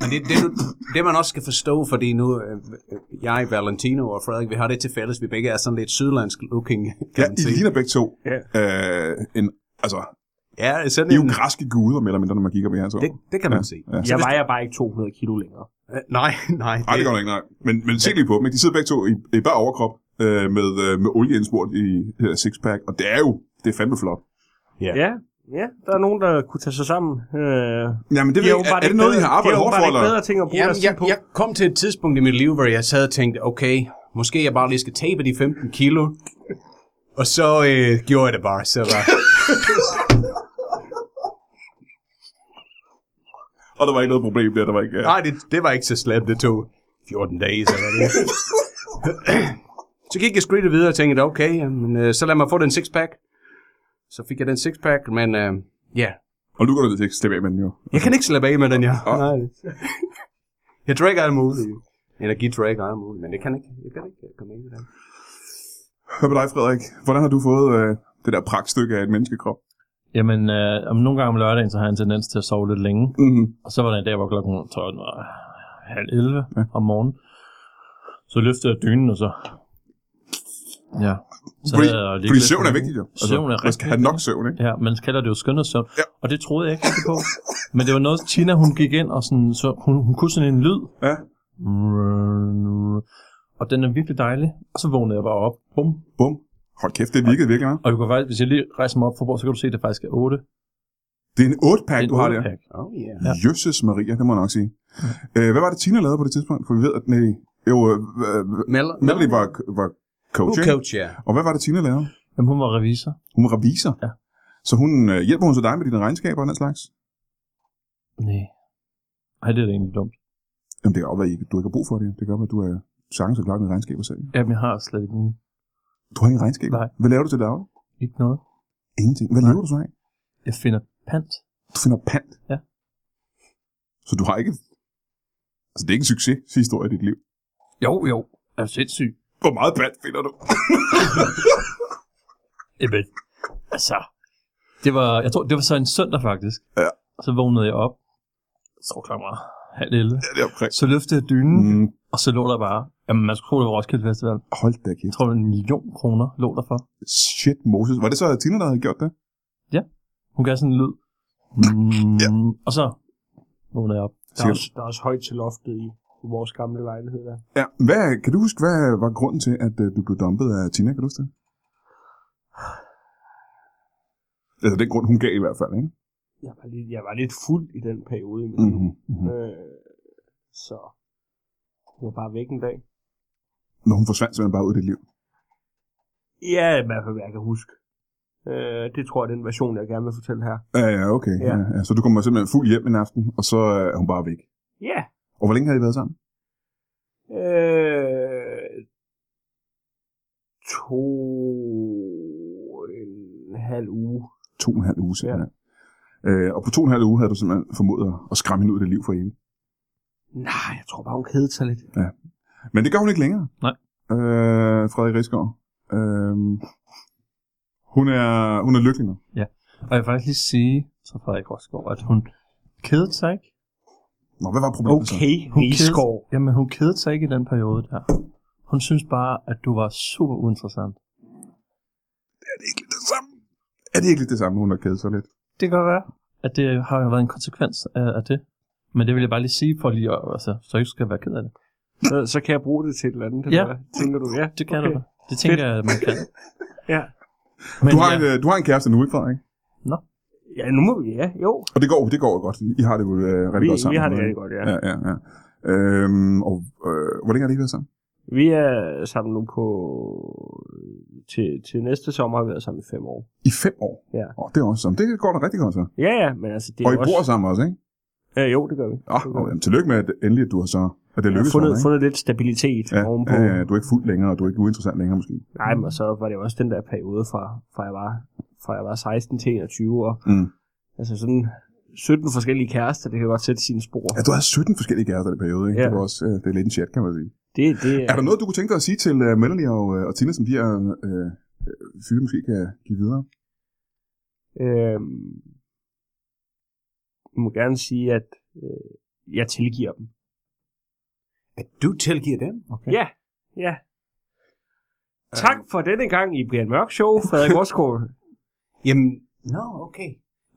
Speaker 5: men det, det, du- det, man også skal forstå, fordi nu, øh, øh, jeg, Valentino og Frederik, vi har det til fælles, vi begge er sådan lidt sydlandsk looking, kan
Speaker 1: Ja,
Speaker 5: man
Speaker 1: I
Speaker 5: sige.
Speaker 1: ligner begge to.
Speaker 3: Ja.
Speaker 1: Øh, en, altså,
Speaker 5: Ja, sådan
Speaker 1: I er jo
Speaker 5: en,
Speaker 1: græske guder, mere eller mindre, når man kigger på jer to.
Speaker 5: det, det kan man sige.
Speaker 1: Ja.
Speaker 3: jeg vejer bare ikke 200 kilo længere.
Speaker 5: Øh, Nej, nej.
Speaker 1: Ej, det gør
Speaker 5: det,
Speaker 1: du ikke, nej. Men, men se lige på dem. ikke? De sidder begge to i, i bare overkrop øh, med, øh, med olie indsmurt i det her sixpack. Og det er jo, det er fandme flot.
Speaker 5: Ja.
Speaker 3: Ja, ja der er nogen, der kunne tage sig sammen. Øh,
Speaker 1: Jamen, det
Speaker 3: de
Speaker 1: ved,
Speaker 3: har
Speaker 1: jeg ikke. er,
Speaker 3: åbenbart
Speaker 1: er det
Speaker 3: ikke
Speaker 1: noget, I
Speaker 3: bedre-
Speaker 1: har arbejdet
Speaker 3: de
Speaker 1: hårdt
Speaker 3: åbenbart
Speaker 1: for? Eller?
Speaker 3: ikke bedre ting at bruge
Speaker 5: Jamen,
Speaker 3: deres tid
Speaker 5: jeg,
Speaker 3: på.
Speaker 5: jeg kom til et tidspunkt i mit liv, hvor jeg sad og tænkte, okay, måske jeg bare lige skal tabe de 15 kilo. Og så øh, gjorde jeg det bare, så var
Speaker 1: Og der var ikke noget problem der, der var ikke... Ja.
Speaker 5: Nej, det, det var ikke så slemt, det tog 14 dage, så var det. (laughs) så gik jeg skridtet videre og tænkte, okay, jamen, øh, så lad mig få den sixpack. Så fik jeg den sixpack, men øh, ja,
Speaker 1: Og nu går du lidt til at slippe af med den jo.
Speaker 5: jeg kan ikke slappe af med den, jeg.
Speaker 1: Åh.
Speaker 5: Nej. jeg drikker alt muligt. Energidrik og alt muligt, men det kan ikke, jeg kan ikke komme ind med den.
Speaker 1: Hør med dig, Frederik. Hvordan har du fået øh, det der pragtstykke af et menneskekrop?
Speaker 4: Jamen, øh, om nogle gange om lørdagen, så har jeg en tendens til at sove lidt længe.
Speaker 1: Mm-hmm.
Speaker 4: Og så var der en dag, hvor klokken tror jeg, den var halv 11 ja. om morgenen. Så løftede jeg dynen, og så... Ja. Så
Speaker 1: Fordi-
Speaker 4: havde jeg lige
Speaker 1: Fordi
Speaker 4: lidt-
Speaker 1: søvn er vigtigt jo. Altså,
Speaker 4: Søvn er
Speaker 1: man skal
Speaker 4: rigtig
Speaker 1: have nok
Speaker 4: vigtigt.
Speaker 1: søvn, ikke?
Speaker 4: Ja, man kalder det jo skønhedssøvn.
Speaker 1: Ja.
Speaker 4: Ja. Og det troede jeg ikke rigtig på. Men det var noget, Tina hun gik ind, og sådan, så hun, hun kunne sådan en lyd.
Speaker 1: Ja.
Speaker 4: Og den er virkelig dejlig. Og så vågnede jeg bare op. Bum.
Speaker 1: Bum. Hold kæft, det virkede virkelig meget.
Speaker 4: Og du kan faktisk, hvis jeg lige rejser mig op for bord, så kan du se, at det faktisk er 8.
Speaker 1: Det er en 8-pack, du har der.
Speaker 5: Oh yeah.
Speaker 4: Ja.
Speaker 1: Jøsses Maria, det må jeg nok sige. Øh, hvad var det, Tina lavede på det tidspunkt? For vi ved, at nej, jo, øh, øh,
Speaker 5: Mel,
Speaker 1: Melody var, var coach, ikke?
Speaker 5: coach, ja.
Speaker 1: Og hvad var det, Tina lavede?
Speaker 4: Jamen, hun var revisor.
Speaker 1: Hun var revisor.
Speaker 4: Ja.
Speaker 1: Så hun, øh, hjælper hun så dig med dine regnskaber og den slags?
Speaker 4: Nej. Ej, det er da egentlig dumt.
Speaker 1: Jamen, det kan godt være, at du ikke har brug for det. Det kan godt være, at du er sagtens og klart med regnskaber selv.
Speaker 4: Jamen, jeg har slet ikke, nogen-
Speaker 1: Du har ingen regnskaber.
Speaker 4: Nej.
Speaker 1: Hvad laver du til daglig?
Speaker 4: ikke noget.
Speaker 1: Ingenting. Hvad
Speaker 4: Nej.
Speaker 1: lever du så af?
Speaker 4: Jeg finder pant.
Speaker 1: Du finder pant.
Speaker 4: Ja.
Speaker 1: Så du har ikke... Altså, det er ikke en succeshistorie i dit liv.
Speaker 4: Jo, jo. Er du sindssyg?
Speaker 1: Hvor meget band finder du?
Speaker 4: Jamen, altså, det var, jeg tror, det var så en søndag faktisk.
Speaker 1: Ja.
Speaker 4: Og så vågnede jeg op, jeg tror klokken var halv 11.
Speaker 1: ja, det er omkring.
Speaker 4: Så løftede jeg dynen, mm.
Speaker 1: Mm,
Speaker 4: og så lå der bare, jamen man skulle tro, det var Roskilde Festival.
Speaker 1: hold da
Speaker 4: Jeg
Speaker 1: kæft.
Speaker 4: tror, en million kroner lå der for.
Speaker 1: Shit, Moses. Var det så Tina, der havde gjort det?
Speaker 4: Hun gav sådan en lyd. Mm,
Speaker 1: Ja.
Speaker 4: ja. Og så vågnede jeg op.
Speaker 2: Der er,
Speaker 1: Sikkert.
Speaker 2: også, der er også højt til loftet i, i vores gamle lejlighed der.
Speaker 1: Ja, hvad, kan du huske, hvad var grunden til, at øh, du blev dumpet af Tina? Kan du huske det? Altså den grund, hun gav i hvert fald, ikke?
Speaker 2: Jeg var lidt, jeg var lidt fuld i den periode i mit liv.
Speaker 1: Mm-hmm. Mm-hmm.
Speaker 2: Øh, så jeg var bare væk en dag.
Speaker 1: Når hun forsvandt simpelthen bare ud af dit liv.
Speaker 2: Ja, i hvert fald, hvad jeg kan huske. Øh, det tror jeg er den version, jeg gerne vil fortælle her.
Speaker 1: Ja, ja, okay. Ja.
Speaker 2: Ja.
Speaker 1: Ja, så du kommer simpelthen fuld hjem en aften, og så øh, er hun bare væk.
Speaker 2: Ja.
Speaker 1: Og hvor længe har I været sammen?
Speaker 2: Øh, to en halv uge.
Speaker 1: To og en halv uge simpelthen. Ja. Øh, og på to og en halv uge havde du simpelthen formået at- at skræmme hende ud af dit liv for evigt.
Speaker 2: Nej, jeg tror bare, hun kedede sig lidt.
Speaker 1: Men det gør hun ikke længere.
Speaker 4: Nej.
Speaker 1: Øh, Frederik Rigsgaard. Øh, hun, er, hun er lykkelig nu.
Speaker 4: Og jeg vil faktisk lige sige til Frederik Rosgaard, at hun kedede sig ikke.
Speaker 1: Nå, hvad var
Speaker 2: altså,
Speaker 1: problemet så?
Speaker 2: Okay,
Speaker 4: Hun
Speaker 2: Rigsgaard.
Speaker 4: Kedede, jamen, hun kedede sig ikke i den periode der. Hun synes bare, at du var super uinteressant.
Speaker 1: Er det ikke lidt det samme? Er det ikke lidt det samme, hun har kædet sig lidt?
Speaker 4: Det kan godt være, at det har jo været en konsekvens af, af det. Men det vil jeg bare lige sige, for lige at, altså, så du ikke skal være ked af det.
Speaker 2: Så, så kan jeg bruge det til et eller andet. Det
Speaker 4: Ja.
Speaker 2: der, tænker du, ja.
Speaker 4: Det kan okay.
Speaker 2: okay.
Speaker 4: du. da. Det tænker jeg, man (laughs) kan.
Speaker 2: Ja.
Speaker 4: Men
Speaker 1: Du har,
Speaker 4: ja,
Speaker 1: en, øh, du har en kæreste nu, ikke Frederik?
Speaker 2: Ja, nu må vi, ja, jo.
Speaker 1: Og det går, det går jo godt. I har det jo øh, rigtig
Speaker 2: Vi,
Speaker 1: godt sammen.
Speaker 2: vi har det
Speaker 1: ikke?
Speaker 2: rigtig godt, ja.
Speaker 1: Ja, ja, ja. Øhm, og øh, hvor længe har det været sammen?
Speaker 2: Vi er sammen nu på... Til, til næste sommer har vi været sammen i fem år.
Speaker 1: I fem år?
Speaker 2: Ja.
Speaker 1: Oh, det er også sammen. Det går da rigtig godt så.
Speaker 2: Ja, ja, men altså det er
Speaker 1: Og I
Speaker 2: jo
Speaker 1: bor
Speaker 2: også...
Speaker 1: sammen også, ikke?
Speaker 2: Ja, jo, det gør vi.
Speaker 1: Ah,
Speaker 2: Det
Speaker 1: og,
Speaker 2: gør vi.
Speaker 1: jamen, tillykke med, at endelig at du har så... At det
Speaker 2: Jeg har
Speaker 1: lykkedes
Speaker 2: fundet,
Speaker 1: for dig, ikke?
Speaker 2: fundet lidt stabilitet
Speaker 1: Ja,
Speaker 2: ja, ovenpå.
Speaker 1: ja, ja, du er ikke fuld længere, og du er ikke uinteressant længere måske.
Speaker 2: Nej, men så var det jo også den der periode fra, fra, jeg, var, fra jeg var 16 til 21, og
Speaker 1: Mm.
Speaker 2: altså sådan 17 forskellige kærester, det kan godt sætte sine spor.
Speaker 1: Ja, du har 17 forskellige kærester i den periode, ikke?
Speaker 2: Ja.
Speaker 1: Det, var også, øh, det er lidt en chat, kan man sige.
Speaker 2: Det, det,
Speaker 1: Er der noget, du kunne tænke dig at sige til uh, Melanie og, uh, og Tina, som de her uh, fyre måske kan give videre?
Speaker 2: Øhm, jeg må gerne sige, at øh, jeg tilgiver dem.
Speaker 5: At du tilgiver dem?
Speaker 4: okay.
Speaker 2: Ja, ja. Tak for denne gang i Brian Mørk Show,
Speaker 1: (laughs)
Speaker 2: Frederik Rosgaard.
Speaker 5: Jamen, nå, okay.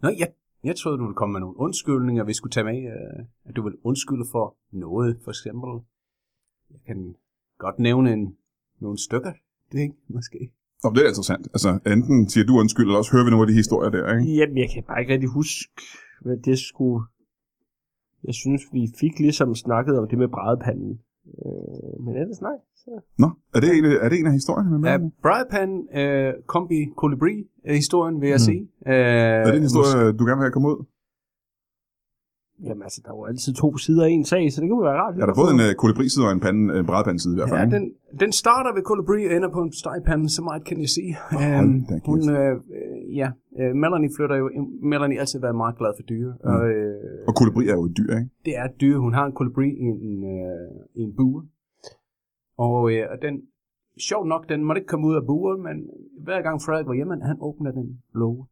Speaker 5: Nå, jeg, jeg troede, du ville komme med nogle undskyldninger, vi skulle tage med. Øh, at du ville undskylde for noget, for eksempel. Jeg kan godt nævne en, nogle stykker. Det er ikke, måske.
Speaker 1: Nå, men det er interessant. Altså, enten siger du undskyld, eller også hører vi nogle af de historier der, ikke?
Speaker 2: Jamen, jeg kan bare ikke rigtig huske, hvad det skulle... Jeg synes, vi fik ligesom snakket om det med brædepanden. Øh, men ellers nej. Så.
Speaker 1: Nå, er det en, af- er det en af historierne med
Speaker 5: Ja,
Speaker 1: Melanie?
Speaker 5: Brian øh, kombi kolibri-historien, vil jeg
Speaker 4: Mm.
Speaker 5: sige. Øh,
Speaker 1: Er det en historie, du gerne vil have komme ud?
Speaker 2: Jamen altså, der var altid to sider af en sag, så det kunne være rart.
Speaker 1: Jeg har da fået en uh, kolibriside og en, pande, en brædpandeside i hvert fald.
Speaker 5: Ja,
Speaker 1: ikke?
Speaker 5: den, den starter ved Colibri og ender på en stegpande, så meget kan jeg sige.
Speaker 1: Hold
Speaker 5: Øhm,
Speaker 1: da kæft.
Speaker 5: hun, øh, øh, ja, øh, Melanie flytter jo, Melanie har altid været meget glad for dyr, mm. og øh,
Speaker 1: Og kolibri er jo et dyr, ikke?
Speaker 5: det er et dyr. Hun har en kolibri i en, øh, i en bue, og øh, og den, sjovt nok, den måtte ikke komme ud af buren, men hver gang Frederik var hjemme, han åbner den låge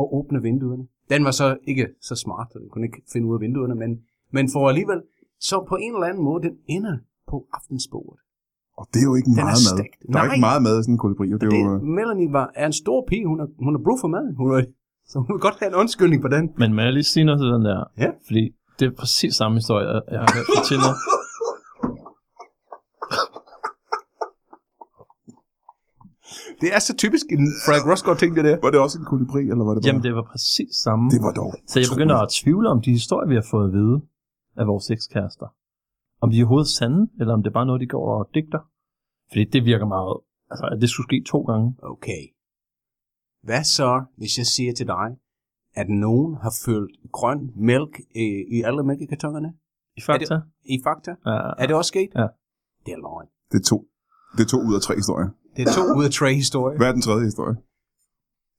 Speaker 5: og åbner vinduerne. Den var så ikke så smart, så den kunne ikke finde ud af vinduerne, men, men for alligevel, så på en eller anden måde, den ender på aftensbordet.
Speaker 1: Og det er jo ikke
Speaker 5: Den er
Speaker 1: meget mad.
Speaker 5: stegt.
Speaker 1: Der er jo
Speaker 5: Nej.
Speaker 1: ikke meget mad i sådan en kolibri. og Det
Speaker 5: Det,
Speaker 1: er jo, øh.
Speaker 5: det, Melanie var, er en stor pige, hun har, hun har brug for mad. Hun er, (laughs) så hun vil godt have en undskyldning på den.
Speaker 4: Men må jeg lige sige noget til den der?
Speaker 5: Ja.
Speaker 4: Fordi det er præcis samme historie, jeg- jeg har hørt fra
Speaker 1: (laughs)
Speaker 4: Tina.
Speaker 5: Det er så typisk en Frank Rosgaard ting, det der.
Speaker 1: øh, var det også en kolibri, eller var det bare...
Speaker 4: Jamen, det var præcis samme.
Speaker 1: det var dog.
Speaker 4: Så jeg begynder at tvivle om de historier, vi har fået at vide af vores ekskærester. Om de er overhovedet sande, eller om det er bare noget, de går og digter. Fordi det virker meget... Altså, at det skulle ske to gange.
Speaker 5: Okay. Hvad så, hvis jeg siger til dig, at nogen har fyldt grøn mælk i, i alle mælkekartongerne
Speaker 4: I fakta?
Speaker 5: i Fakta?
Speaker 4: Ja,
Speaker 5: Er det også sket?
Speaker 4: Ja.
Speaker 5: Det er løgn.
Speaker 1: Det er to. Det er to ud af tre historier.
Speaker 5: Det er to ud af tre historier.
Speaker 1: Hvad er den tredje historie?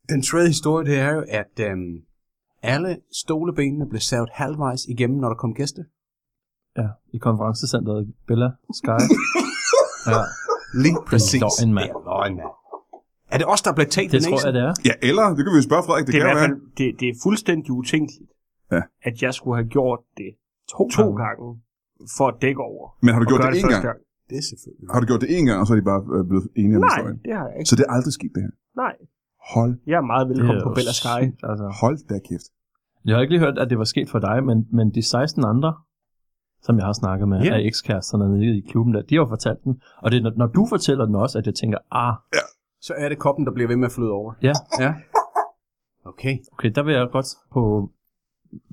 Speaker 5: Den tredje historie, det er jo, at, øhm, Alle stolebenene blev savet halvvejs igennem, når der kom gæster.
Speaker 4: Ja, i konferencecenteret Bella
Speaker 2: (laughs)
Speaker 4: Sky. ja,
Speaker 5: Lige præcis.
Speaker 4: løgn, mand.
Speaker 5: Det er løgn, mand. Er det os, der er blevet talt
Speaker 4: det tror jeg, det er.
Speaker 1: Ja, eller, det kan vi jo spørge Frederik, det,
Speaker 2: Det
Speaker 1: kan
Speaker 2: er, i
Speaker 1: jo
Speaker 2: hvert
Speaker 1: være.
Speaker 2: fald, det, det er fuldstændig utænkeligt,
Speaker 1: Ja.
Speaker 2: at jeg skulle have gjort det
Speaker 4: To,
Speaker 2: to gange for at dække over.
Speaker 1: Men har du
Speaker 2: og
Speaker 1: gjort
Speaker 2: gøre
Speaker 1: det én
Speaker 2: første
Speaker 1: gang?
Speaker 2: gang.
Speaker 5: Det er selvfølgelig.
Speaker 1: Har du gjort det én gang, og så er de bare øh, blevet enige om
Speaker 2: Nej,
Speaker 1: historien?
Speaker 2: det har jeg ikke.
Speaker 1: Så det er aldrig sket, det her.
Speaker 2: Nej,
Speaker 1: Hold,
Speaker 2: jeg er meget
Speaker 4: Det er
Speaker 2: velkommen på
Speaker 4: jo
Speaker 2: Bella Sky.
Speaker 4: sygt, Altså.
Speaker 1: hold da kæft.
Speaker 4: Jeg har ikke lige hørt, at det var sket for dig, men, men de 16 andre, som jeg har snakket med,
Speaker 5: Ja.
Speaker 4: yeah. af ekskæresterne nede i klubben, der, de har jo fortalt den. Og det er, når, når du fortæller den også, at jeg tænker, ah,
Speaker 5: Så er det koppen, der bliver ved med at flyde over.
Speaker 4: Ja.
Speaker 5: ja. Okay.
Speaker 4: okay, der vil jeg godt på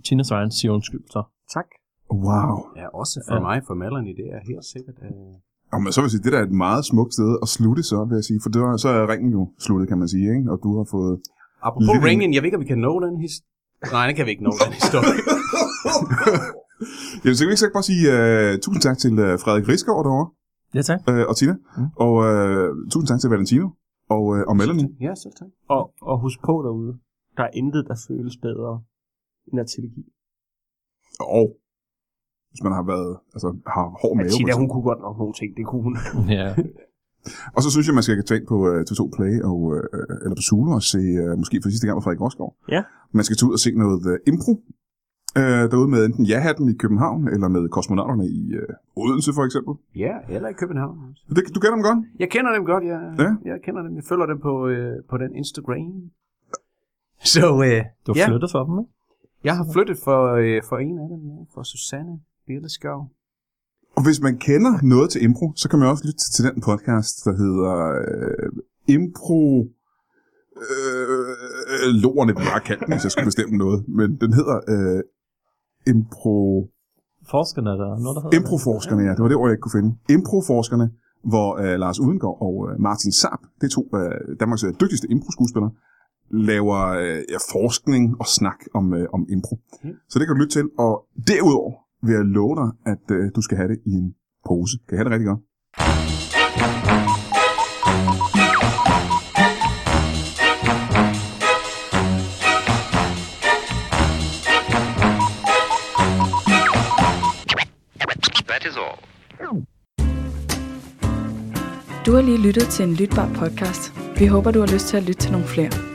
Speaker 4: Tinas vejen sige undskyld så.
Speaker 2: Tak.
Speaker 1: Wow.
Speaker 5: Ja, også for
Speaker 4: Ja.
Speaker 5: ja. mig, for Melanie, det er helt sikkert. Uh...
Speaker 1: Jamen, så vil jeg sige, det der er et meget smukt sted at slutte så, vil jeg sige. For det var, så er ringen jo sluttet, kan man sige, ikke? Og du har fået...
Speaker 5: Apropos
Speaker 1: Lyt-
Speaker 5: ringen, jeg ved ikke, om vi kan nå den historie. Nej, det kan vi ikke nå den
Speaker 1: (laughs)
Speaker 5: historie.
Speaker 1: Jamen, så kan vi ikke så ikke bare sige uh, tusind tak til uh, Frederik Rigsgaard derovre,
Speaker 4: Ja, tak.
Speaker 1: uh, og Tina.
Speaker 4: Mm.
Speaker 1: Mm. Og uh, tusind tak til Valentino og, uh, og Melanie.
Speaker 5: ja, selv tak.
Speaker 2: Og, og husk på derude, der er intet, der føles bedre end at tilgive.
Speaker 1: Og hvis man har været, altså har hård
Speaker 2: At
Speaker 1: mave. for
Speaker 2: Tina,
Speaker 1: eksempel.
Speaker 2: hun kunne godt nok nogle ting, det kunne hun.
Speaker 4: Ja.
Speaker 1: Og så synes jeg, man skal tage ind på uh, TV2 Play og, uh, eller på Zulu og se, uh, måske for sidste gang med Frederik Rosgaard.
Speaker 2: Ja.
Speaker 1: Man skal tage ud og se noget uh, impro uh, derude med enten ja-hatten i København, eller med kosmonauterne i uh, Odense for eksempel.
Speaker 5: Ja, eller i København.
Speaker 1: Det, du kender dem godt?
Speaker 5: Jeg kender dem godt, jeg,
Speaker 1: Ja.
Speaker 5: ja. jeg kender dem. Jeg følger dem på, øh, på den Instagram. Så øh,
Speaker 4: Du har
Speaker 5: Ja.
Speaker 4: flyttet for dem, ikke?
Speaker 5: jeg har flyttet for, øh, for en af dem, ja, for Susanne Billeskov.
Speaker 1: Og hvis man kender noget til impro, så kan man også lytte til den podcast, der hedder øh, Impro... Øh, lorene, vi bare kaldt den, hvis jeg skulle bestemme noget. Men den hedder øh, Impro...
Speaker 4: Forskerne, der er noget, der hedder
Speaker 1: Improforskerne, ja. Det var det ord, jeg ikke kunne finde. Improforskerne, hvor øh, Lars Udengård og øh, Martin Saab, det er to øh, Danmarks øh, dygtigste improskuespillere, laver øh, ja, forskning og snak om, øh, om impro.
Speaker 5: Mm.
Speaker 1: Så det kan du lytte til. Og derudover vil jeg love dig, at øh, du skal have det i en pose. Kan jeg have det rigtig godt?
Speaker 6: Du har lige lyttet til en lytbar podcast. Vi håber, du har lyst til at lytte til nogle flere.